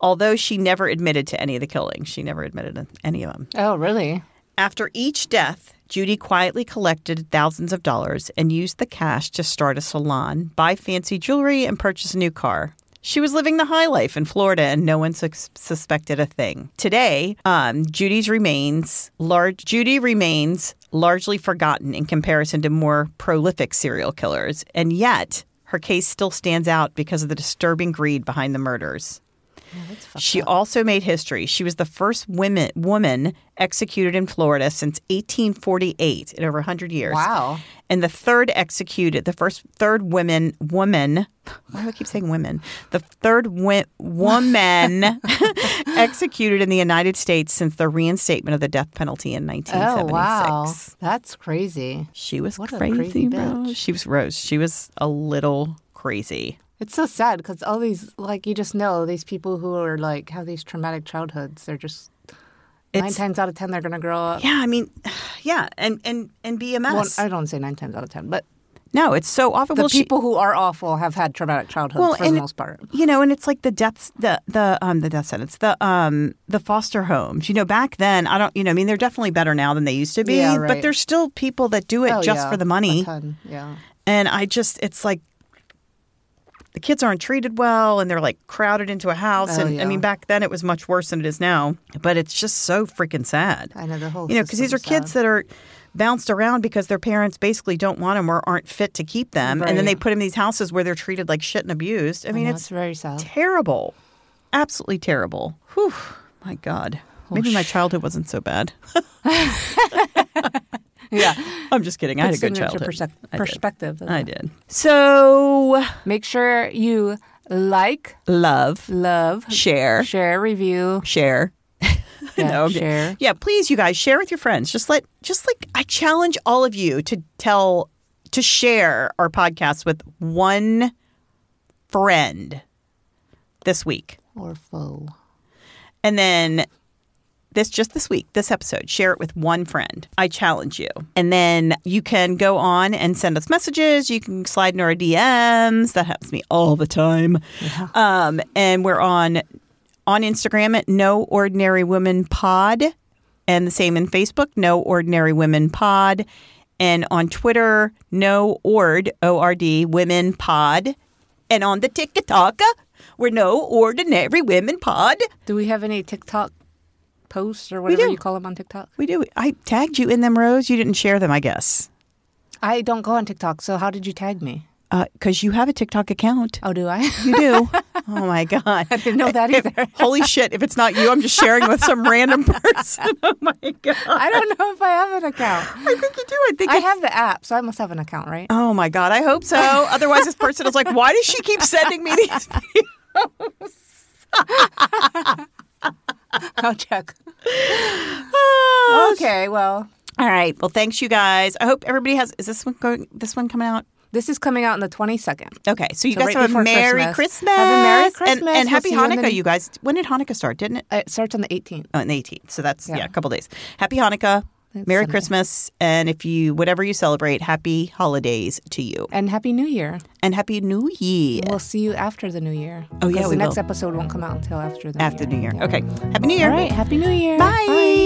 A: Although she never admitted to any of the killings, she never admitted to any of them.
B: oh, really?
A: After each death, Judy quietly collected thousands of dollars and used the cash to start a salon, buy fancy jewelry, and purchase a new car. She was living the high life in Florida, and no one sus- suspected a thing. Today, um, Judy's remains large. Judy remains largely forgotten in comparison to more prolific serial killers, and yet her case still stands out because of the disturbing greed behind the murders. She also made history. She was the first women, woman executed in Florida since 1848 in over 100 years.
B: Wow.
A: And the third executed, the first third women woman. Why do I keep saying women? The third wi- woman executed in the United States since the reinstatement of the death penalty in
B: Oh,
A: 1976.
B: wow. That's crazy.
A: She was
B: What a
A: crazy,
B: crazy
A: bro.
B: bitch.
A: She was Rose. She was a little crazy.
B: It's so sad because all these, like, you just know these people who are like have these traumatic childhoods. They're just nine
A: It's-
B: times out of ten, they're gonna grow up.
A: Yeah, I mean, yeah, and and and be a
B: Well,
A: mess.
B: I don't say nine times out of ten, but
A: no, it's so often
B: the
A: well, she-
B: people who are awful have had traumatic childhoods
A: Well,
B: for
A: and-
B: the most part.
A: you know, and it's like the deaths, the the um the death sentence, the um the foster homes. You know, back then, I don't, you know, I mean, they're definitely better now than they used to be,
B: Yeah,
A: but
B: right.
A: there's still people that do it
B: Oh,
A: just
B: yeah,
A: for the
B: a
A: money.
B: ton, Yeah.
A: And I just, it's like the kids aren't treated well, and they're like crowded into a house.
B: Oh,
A: and I
B: yeah.
A: mean, back then it was much worse than it is now, but it's just so freaking sad.
B: I know the whole
A: You know, because these are
B: system's
A: kids
B: sad.
A: that are bounced around because their parents basically don't want them or aren't fit to keep them, and then
B: Right. Oh,
A: they put them in these houses where they're treated like shit and abused. I mean,
B: know,
A: it's
B: it's very sad.
A: terrible, absolutely terrible. Whew, my God. Maybe my childhood wasn't so bad.
B: yeah.
A: I'm just kidding. I had a
B: Puts it
A: good
B: into
A: childhood.
B: persec-
A: I did.
B: perspective. doesn't
A: I
B: it?
A: did. So,
B: Make sure you like,
A: love,
B: love,
A: share,
B: share, review,
A: share.
B: Yeah,
A: No, I'm-
B: share.
A: Yeah, please, you guys, share with your friends. Just let, just like I challenge all of you to tell, to share our podcast with one friend this week,
B: Or foe.
A: and then this just this week, this episode, share it with one friend. I challenge you, and then you can go on and send us messages. You can slide into our DMs. That happens to me all the time. Um, and we're on on Instagram at No Ordinary Women Pod, and the same in Facebook, No Ordinary Women Pod, and on Twitter, No Ord O R D Women Pod, and on the TikTok, we're No Ordinary Women Pod.
B: Do we have any TikTok posts or whatever
A: do.
B: you call them on TikTok?
A: We do. I tagged you in them, Rose. You didn't share them, I guess,
B: I don't go on TikTok, so how did you tag me?
A: because Uh, you have a TikTok account.
B: Oh, do I?
A: You do. oh my god!
B: I didn't know that either.
A: Holy shit! If it's not you, I'm just sharing with some random person. Oh my god!
B: I don't know if I have an account.
A: I think you do. I think
B: I
A: it's-
B: have the app, so I must have an account, right?
A: Oh my God, I hope so. Otherwise, this person is like, why does she keep sending me these? videos?"
B: I'll check.
A: Oh,
B: Okay, well,
A: All right. Well, thanks, you guys. I hope everybody has. Is this one going? This one coming out?
B: this is coming out on the 22nd.
A: Okay. So you
B: So
A: guys
B: right
A: have a
B: before
A: Merry Christmas.
B: Christmas. Have a Merry
A: And- and,
B: Christmas. We'll
A: Happy
B: see you in
A: Hanukkah,
B: the-
A: you guys. When did Hanukkah start? Didn't it?
B: It starts on the 18th.
A: Oh, on the 18th. So that's yeah,
B: Yeah.
A: a couple days. Happy Hanukkah.
B: It's
A: Merry
B: Sunday.
A: Christmas, and if you whatever you celebrate, happy holidays to you,
B: And Happy New Year.
A: and happy New Year
B: We'll see you after the New Year.
A: Oh, yeah,
B: Because
A: we
B: the next
A: will.
B: episode won't come out until after the
A: after
B: New
A: New Year.
B: Yeah.
A: Okay, happy New Year.
B: All right, Happy New Year.
A: Bye.
B: Bye.